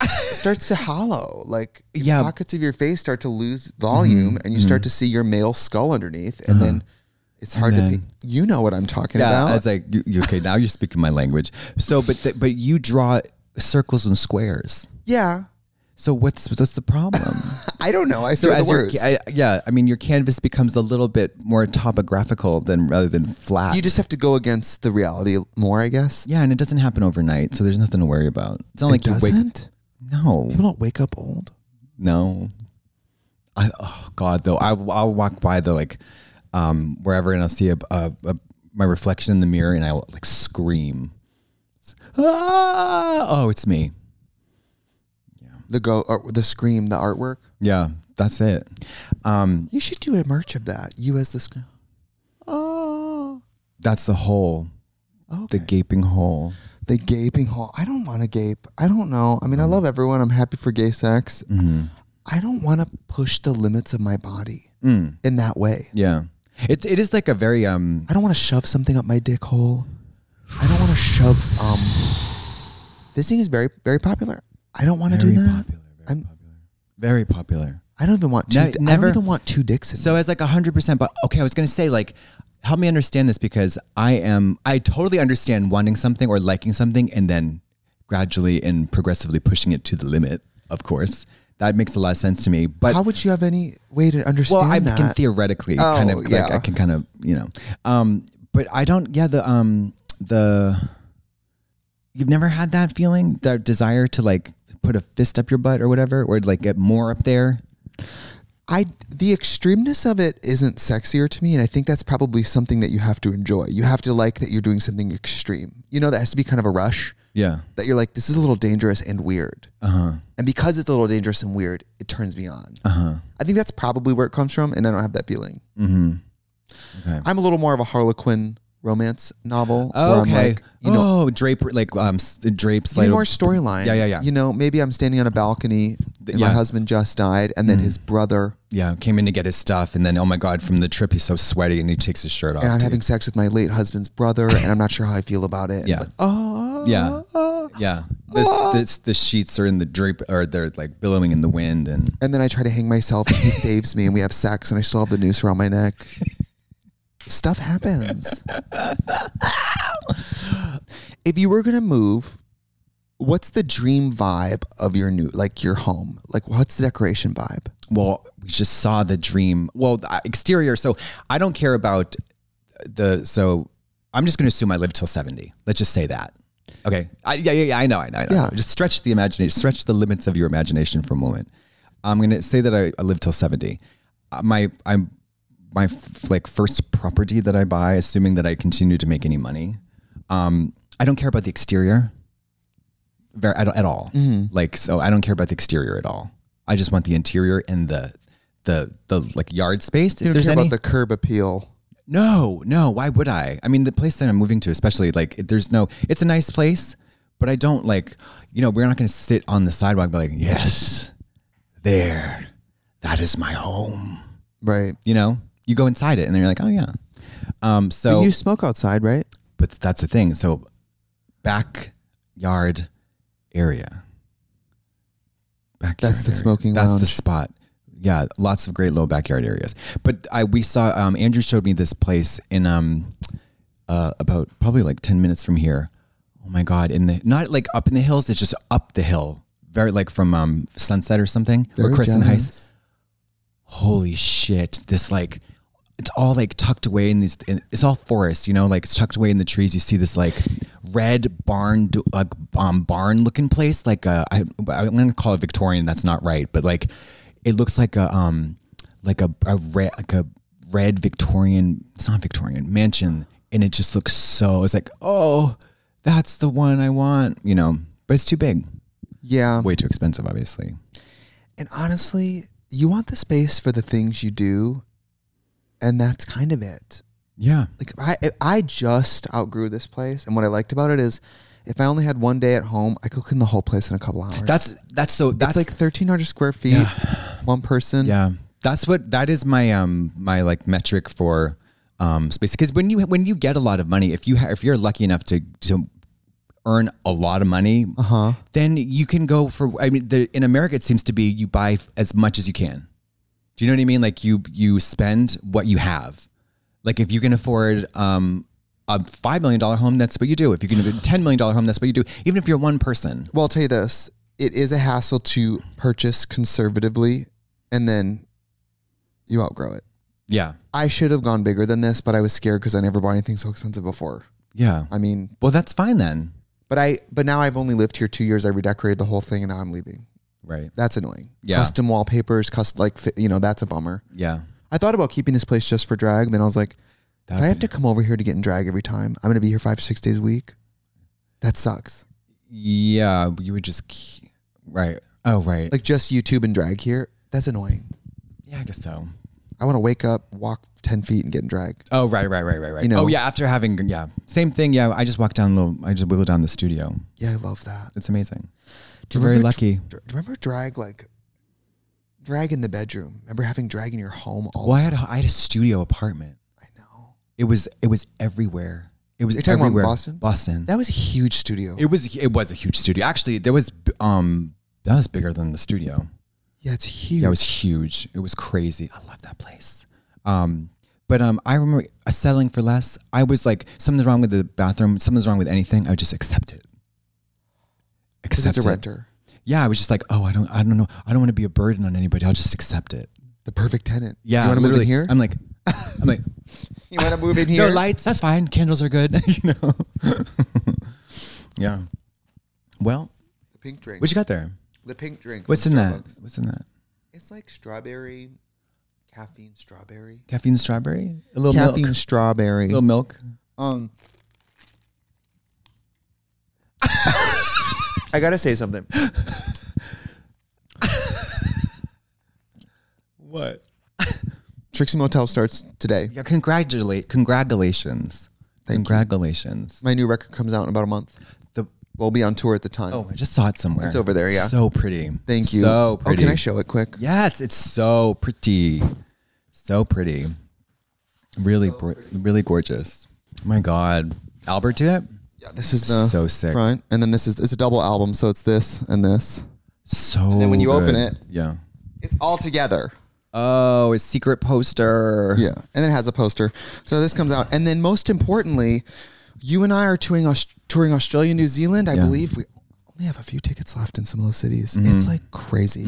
Speaker 1: starts to hollow. Like your
Speaker 2: Yeah. Mm-hmm.
Speaker 1: pockets of your face start to lose volume, and you start to see your male skull underneath, and then it's hard to
Speaker 2: Uh-huh. then-
Speaker 1: be. You know what I'm talking
Speaker 2: Yeah, I
Speaker 1: about?
Speaker 2: was like, you, you- okay, now you're speaking my language. So, but, th- but you draw circles and squares.
Speaker 1: yeah,
Speaker 2: So what's, what's the problem?
Speaker 1: I don't know. I
Speaker 2: So
Speaker 1: feel the
Speaker 2: as your,
Speaker 1: worst.
Speaker 2: I, yeah, I mean, your canvas becomes a little bit more topographical than rather than flat.
Speaker 1: you just have to go against the reality more, I guess.
Speaker 2: yeah, and it doesn't happen overnight, so there's nothing to worry about. It's not like
Speaker 1: it
Speaker 2: you
Speaker 1: doesn't.
Speaker 2: wake. No,
Speaker 1: People don't wake up old.
Speaker 2: no. I, oh God, though, I, I'll walk by the like um, wherever, and I'll see a, a, a my reflection in the mirror, and I will like scream. Ah! Oh, it's me.
Speaker 1: The go, or the scream, the artwork.
Speaker 2: Yeah, that's it. Um,
Speaker 1: You should do a merch of that. You as the scream. Oh,
Speaker 2: that's the hole,
Speaker 1: okay.
Speaker 2: the gaping hole.
Speaker 1: the gaping hole. I don't want to gape. I don't know. I mean, I love everyone. I'm happy for gay sex.
Speaker 2: Mm-hmm.
Speaker 1: I don't want to push the limits of my body
Speaker 2: Mm.
Speaker 1: in that way.
Speaker 2: Yeah, it it is like a very um.
Speaker 1: I don't want to shove something up my dick hole. I don't want to shove. Um, this thing is very, very popular. I don't want to do
Speaker 2: Very
Speaker 1: that.
Speaker 2: popular. Very
Speaker 1: I'm-
Speaker 2: popular. Very popular.
Speaker 1: I don't even want two.
Speaker 2: Ne-
Speaker 1: di- I
Speaker 2: never-
Speaker 1: don't even want two dicks in
Speaker 2: So it's like hundred percent. But okay, I was gonna say like, help me understand this because I am I totally understand wanting something or liking something and then gradually and progressively pushing it to the limit. Of course, that makes a lot of sense to me.
Speaker 1: me.
Speaker 2: But
Speaker 1: How would you have any way to understand
Speaker 2: well, I
Speaker 1: that?
Speaker 2: can theoretically
Speaker 1: Oh,
Speaker 2: kind of like
Speaker 1: yeah.
Speaker 2: I can kind of you know, um, but I don't. Yeah, the um the you've never had that feeling, that desire to like put a fist up your butt or whatever, or like get more up there.
Speaker 1: I the extremeness of it isn't sexier to me, and I think that's probably something that you have to enjoy. You have to like that you're doing something extreme. You know, that has to be kind of a rush
Speaker 2: Yeah.
Speaker 1: that you're like, this is a little dangerous and weird.
Speaker 2: Uh huh.
Speaker 1: And because it's a little dangerous and weird, it turns me on.
Speaker 2: Uh huh.
Speaker 1: I think that's probably where it comes from, and I don't have that feeling.
Speaker 2: Mm-hmm. Okay.
Speaker 1: I'm a little more of a Harlequin romance novel. where I'm
Speaker 2: okay.
Speaker 1: like, you know,
Speaker 2: oh, drape like um s- drapes
Speaker 1: Need
Speaker 2: like
Speaker 1: more storyline.
Speaker 2: Yeah, yeah, yeah.
Speaker 1: You know, maybe I'm standing on a balcony and my
Speaker 2: yeah. Mm-hmm.
Speaker 1: husband just died, and then his brother
Speaker 2: yeah came in to get his stuff and then oh my god from the trip he's so sweaty and he takes his shirt off.
Speaker 1: and I'm
Speaker 2: dude.
Speaker 1: having sex with my late husband's brother, and I'm not sure how I feel about it.
Speaker 2: Yeah.
Speaker 1: But, oh,
Speaker 2: Yeah.
Speaker 1: oh.
Speaker 2: Yeah. This, this, the sheets are in the drape, or they're like billowing in the wind, and
Speaker 1: And then I try to hang myself, and he
Speaker 2: [LAUGHS]
Speaker 1: saves me, and we have sex, and I still have the noose around my neck. Stuff happens. if you were gonna move, what's the dream vibe of your new, like your home? Like, what's the decoration vibe?
Speaker 2: well, we just saw the dream. Well, the uh, exterior. So I don't care about the. So I'm just going to assume I live till 70. Let's just say that. Okay. I, yeah, yeah, yeah. I know. I know. I know.
Speaker 1: Yeah.
Speaker 2: Just stretch the imagination. Stretch the limits of your imagination for a moment. I'm going to say that I, I live till 70. Uh, my I'm my f- like first property that I buy, assuming that I continue to make any money. Um, I don't care about the exterior. Very, at, at all.
Speaker 1: Mm-hmm.
Speaker 2: Like so, I don't care about the exterior at all. I just want the interior and the the the like yard space. If
Speaker 1: You don't
Speaker 2: there's
Speaker 1: care
Speaker 2: any,
Speaker 1: about the curb appeal.
Speaker 2: no, no. Why would I? I mean, the place that I'm moving to, especially like, it- there's no. It's a nice place, but I don't like. You know, we're not going to sit on the sidewalk and be like, yes, there, that is my home.
Speaker 1: Right.
Speaker 2: You know, you go inside it, and then you're like, oh yeah. Um. So
Speaker 1: you smoke outside, right?
Speaker 2: but that's the thing. So backyard area. Backyard
Speaker 1: That's the
Speaker 2: area.
Speaker 1: smoking
Speaker 2: That's the
Speaker 1: lounge.
Speaker 2: spot. Yeah, lots of great little backyard areas. But I we saw um, Andrew showed me this place in um uh, about probably like ten minutes from here. Oh my god! In the not like up in the hills, it's just up the hill, very like from um, Sunset or something or
Speaker 1: Very
Speaker 2: Crescent
Speaker 1: jealous.
Speaker 2: Heights holy shit this like it's all like tucked away in these in, it's all forest you know like it's tucked away in the trees you see this like red barn do- like um, barn looking place like uh, I, i'm gonna call it victorian that's not right but like it looks like a um like a, a red like a red victorian it's not victorian mansion and it just looks so it's like oh that's the one i want you know but it's too big
Speaker 1: Yeah.
Speaker 2: way too expensive obviously
Speaker 1: And honestly, you want the space for the things you do, and that's kind of it.
Speaker 2: yeah
Speaker 1: Like I, I just outgrew this place, and what I liked about it is, if I only had one day at home, I could clean the whole place in a couple hours.
Speaker 2: that's that's so that's
Speaker 1: it's like thirteen hundred square feet, one person.
Speaker 2: Yeah, that's what that is my um my like metric for um space because when you when you get a lot of money if you ha- if you're lucky enough to to earn a lot of money uh-huh. then you can go for I mean the, in America it seems to be you buy f- as much as you can. Do you know what I mean? Like you you spend what you have. Like if you can afford um a five million dollar home, that's what you do. If you can afford a ten million dollar home, that's what you do. Even if you're one person,
Speaker 1: Well, I'll tell you this: it is a hassle to purchase conservatively, and then you outgrow it.
Speaker 2: yeah,
Speaker 1: I should have gone bigger than this, but I was scared because I never bought anything so expensive before.
Speaker 2: yeah.
Speaker 1: I mean,
Speaker 2: Well, that's fine then,
Speaker 1: but I, but now I've only lived here two years. I redecorated the whole thing, and now I'm leaving.
Speaker 2: right?
Speaker 1: That's annoying.
Speaker 2: Yeah.
Speaker 1: Custom wallpapers, custom like fi- you know that's a bummer.
Speaker 2: Yeah.
Speaker 1: I thought about keeping this place just for drag, then I was like, if I have to come over here to get in drag every time, I'm gonna be here five six days a week. That sucks.
Speaker 2: Yeah, but you would just ke- right. Oh, right.
Speaker 1: Like just YouTube and drag here, that's annoying.
Speaker 2: yeah, I guess so.
Speaker 1: I want to wake up, walk ten feet, and get in drag.
Speaker 2: Oh, right, right, right, right, right.
Speaker 1: You know.
Speaker 2: oh, yeah. After having yeah, same thing. Yeah, I just walked down a little. I just wiggled down the studio.
Speaker 1: Yeah, I love that.
Speaker 2: It's amazing.
Speaker 1: Do
Speaker 2: We're very
Speaker 1: remember
Speaker 2: lucky.
Speaker 1: dr- do you remember drag like drag in the bedroom? Remember having drag in your home? All
Speaker 2: Well, I had a, I had a studio apartment.
Speaker 1: I know
Speaker 2: It was it was everywhere. It was
Speaker 1: You're talking about
Speaker 2: everywhere.
Speaker 1: Boston?
Speaker 2: Boston.
Speaker 1: that was a huge studio.
Speaker 2: it was it was a huge studio. Actually, there was um that was bigger than the studio.
Speaker 1: yeah, it's huge.
Speaker 2: Yeah, it was huge. It was crazy. I love that place. Um, but um, I remember settling for less. I was like, something's wrong with the bathroom. Something's wrong with anything. I would just accept it.
Speaker 1: 'Cause
Speaker 2: Accept
Speaker 1: it's a
Speaker 2: it.
Speaker 1: renter,
Speaker 2: Yeah, I was just like, oh, I don't, I don't know, I don't want to be a burden on anybody. I'll just accept it.
Speaker 1: the perfect tenant.
Speaker 2: Yeah,
Speaker 1: you want to move in
Speaker 2: literally.
Speaker 1: here?
Speaker 2: I'm like,
Speaker 1: [LAUGHS]
Speaker 2: I'm like,
Speaker 1: you want to move in
Speaker 2: [LAUGHS] no lights. That's fine. Candles are good. [LAUGHS] you know. yeah. Well,
Speaker 1: The pink drink.
Speaker 2: what you got there?
Speaker 1: the pink drink.
Speaker 2: What's in
Speaker 1: from
Speaker 2: that?
Speaker 1: Starbucks.
Speaker 2: What's in that?
Speaker 1: It's like strawberry, caffeine strawberry.
Speaker 2: Caffeine strawberry. A little
Speaker 1: caffeine
Speaker 2: milk.
Speaker 1: strawberry.
Speaker 2: A little milk.
Speaker 1: Um, [LAUGHS] I gotta say something.
Speaker 2: What?
Speaker 1: Trixie Motel starts today.
Speaker 2: Yeah, congratulate, congratulations,
Speaker 1: Thank you.
Speaker 2: congratulations.
Speaker 1: My new record comes out in about a month.
Speaker 2: The
Speaker 1: We'll be on tour at the time.
Speaker 2: oh, I just saw it somewhere.
Speaker 1: It's over there, yeah.
Speaker 2: So pretty.
Speaker 1: Thank you.
Speaker 2: So pretty.
Speaker 1: Oh, can I show it quick?
Speaker 2: Yes, it's so pretty, so pretty, really, br- really gorgeous. Oh my God, Albert did it.
Speaker 1: Yeah, this is the
Speaker 2: So sick.
Speaker 1: front, and then this is it's a double album, so it's this and this.
Speaker 2: So
Speaker 1: then when you open
Speaker 2: good.
Speaker 1: it-
Speaker 2: yeah.
Speaker 1: It's all together.
Speaker 2: Oh, a secret poster.
Speaker 1: Yeah, and it has a poster. So this comes out, and then most importantly, you and I are touring Aus- touring Australia, New Zealand. I believe we only have a few tickets left in some of those cities.
Speaker 2: Mm-hmm.
Speaker 1: It's like crazy.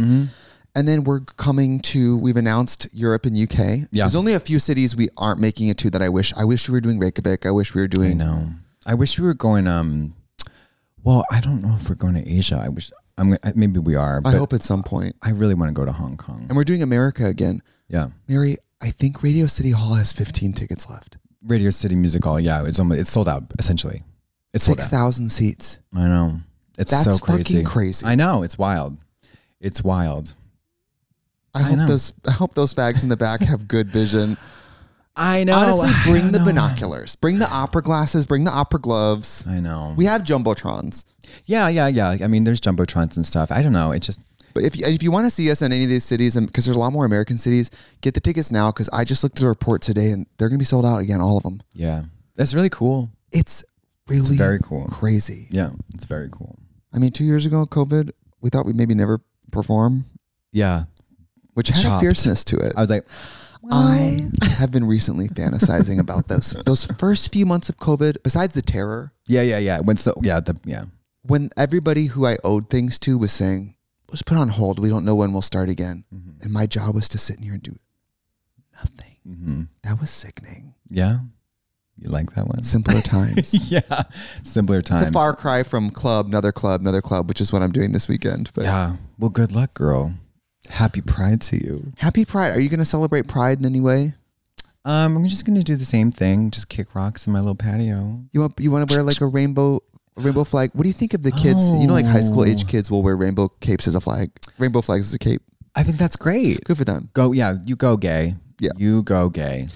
Speaker 1: And then we're coming to. We've announced Europe and UK.
Speaker 2: Yeah.
Speaker 1: There's only a few cities we aren't making it to that I wish. I wish we were doing Reykjavik. I wish we were doing.
Speaker 2: No, I wish we were going. Um, well, I don't know if we're going to Asia. I wish. I'm. gonna- Maybe we are.
Speaker 1: I
Speaker 2: But I
Speaker 1: hope at some point.
Speaker 2: I really want to go to Hong Kong.
Speaker 1: And we're doing America again.
Speaker 2: Yeah,
Speaker 1: Mary, I think Radio City Hall has 15 tickets left.
Speaker 2: Radio City Music Hall. Yeah, it's almost, it's sold out essentially. It's sold out.
Speaker 1: 6,000 seats.
Speaker 2: I know. It's
Speaker 1: That's
Speaker 2: so
Speaker 1: fucking
Speaker 2: crazy.
Speaker 1: crazy.
Speaker 2: I know. It's wild. It's wild.
Speaker 1: I, hope
Speaker 2: know.
Speaker 1: those I hope those fags in the back have good vision.
Speaker 2: I know.
Speaker 1: Honestly,
Speaker 2: Oh,
Speaker 1: [SIGHS]
Speaker 2: I
Speaker 1: bring the
Speaker 2: know.
Speaker 1: binoculars. Bring the opera glasses, bring the opera gloves.
Speaker 2: I know.
Speaker 1: We have jumbotrons.
Speaker 2: yeah, yeah, yeah. I mean, there's jumbotrons and stuff. I don't know. It just.
Speaker 1: But if if you want to see us in any of these cities and because there's a lot more American cities, get the tickets now cuz I just looked at a report today and they're going to be sold out again all of them.
Speaker 2: Yeah, that's really cool.
Speaker 1: It's really
Speaker 2: very cool.
Speaker 1: crazy.
Speaker 2: Yeah, it's very cool.
Speaker 1: I mean, 2 years ago COVID, we thought we'd maybe never perform,
Speaker 2: Yeah,
Speaker 1: which had a
Speaker 2: Chopped.
Speaker 1: fierceness to it.
Speaker 2: I was like,
Speaker 1: I have been recently fantasizing about those those first few months of COVID. Besides the terror,
Speaker 2: yeah, yeah, yeah. When so, yeah, the yeah.
Speaker 1: when everybody who I owed things to was saying, "Let's put on hold. We don't know when we'll start again," and my job was to sit in here and do nothing.
Speaker 2: Mm-hmm.
Speaker 1: That was sickening.
Speaker 2: Yeah. You like that one?
Speaker 1: Simpler times.
Speaker 2: [LAUGHS] yeah. Simpler times.
Speaker 1: It's a far cry from club, another club, another club, which is what I'm doing this weekend. But
Speaker 2: Yeah. Well, good luck, girl. Happy Pride to you.
Speaker 1: happy Pride. Are you going to celebrate Pride in any way?
Speaker 2: Um, I'm just gonna do the same thing. Just kick rocks in my little patio.
Speaker 1: You want you want to wear like a rainbow a rainbow flag? What do you think of the kids? You know, like high school age
Speaker 2: Oh.
Speaker 1: kids will wear rainbow capes as a flag. Rainbow flags as a cape.
Speaker 2: I think that's great.
Speaker 1: Good for them.
Speaker 2: Go, yeah. You go gay.
Speaker 1: Yeah.
Speaker 2: You go gay.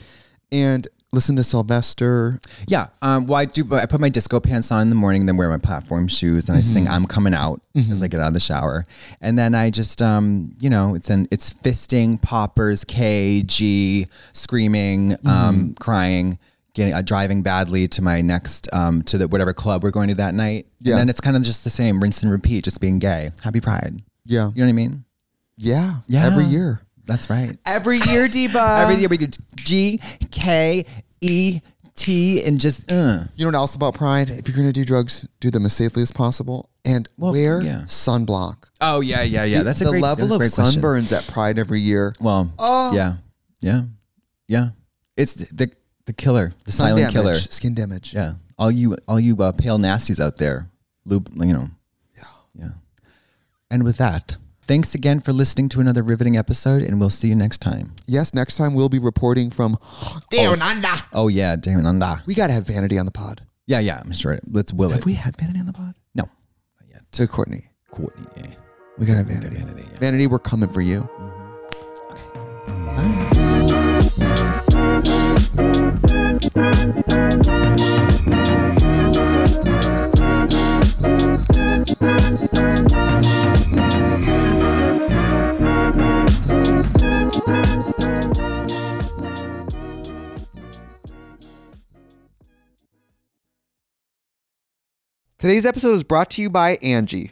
Speaker 1: And listen to Sylvester.
Speaker 2: Yeah. Um. Well, I do. But I put my disco pants on in the morning, then wear my platform shoes, and I
Speaker 1: Mm-hmm.
Speaker 2: sing "I'm Coming Out" as I get out of the shower, and then I just, um, you know, it's an it's fisting, poppers, KG, screaming,
Speaker 1: Mm-hmm.
Speaker 2: um, crying, getting uh, driving badly to my next um to the whatever club we're going to that night.
Speaker 1: Yeah.
Speaker 2: And then it's kind of just the same, rinse and repeat, just being gay. Happy Pride.
Speaker 1: Yeah.
Speaker 2: You know what I mean?
Speaker 1: Yeah.
Speaker 2: Yeah.
Speaker 1: Every year.
Speaker 2: That's right.
Speaker 1: Every [LAUGHS] year, Deba.
Speaker 2: Every year we do G K E T and just uh.
Speaker 1: You know what else about Pride? If you're going to do drugs, do them as safely as possible and wear
Speaker 2: yeah.
Speaker 1: sunblock.
Speaker 2: Oh yeah, yeah, yeah. That's a
Speaker 1: the
Speaker 2: great,
Speaker 1: level
Speaker 2: that's a
Speaker 1: of
Speaker 2: great question.
Speaker 1: sunburns at Pride every year.
Speaker 2: Well,
Speaker 1: Oh.
Speaker 2: yeah, yeah, yeah. It's the the killer, the silent
Speaker 1: Sun damage,
Speaker 2: killer.
Speaker 1: Skin damage.
Speaker 2: Yeah, all you all you uh, pale nasties out there, loop, you know. Yeah, yeah. And with that, thanks again for listening to another riveting episode, and we'll see you next time.
Speaker 1: Yes, next time we'll be reporting from Down Under.
Speaker 2: Oh yeah, damn it, nah.
Speaker 1: We got to have vanity on the pod.
Speaker 2: Yeah, yeah. I'm sure. Let's will it.
Speaker 1: Have we had vanity on the pod?
Speaker 2: no, not yet.
Speaker 1: To Courtney.
Speaker 2: Courtney. Yeah.
Speaker 1: We got to have vanity.
Speaker 2: Vanity, yeah.
Speaker 1: Vanity, we're coming for you. Today's episode is brought to you by Angie.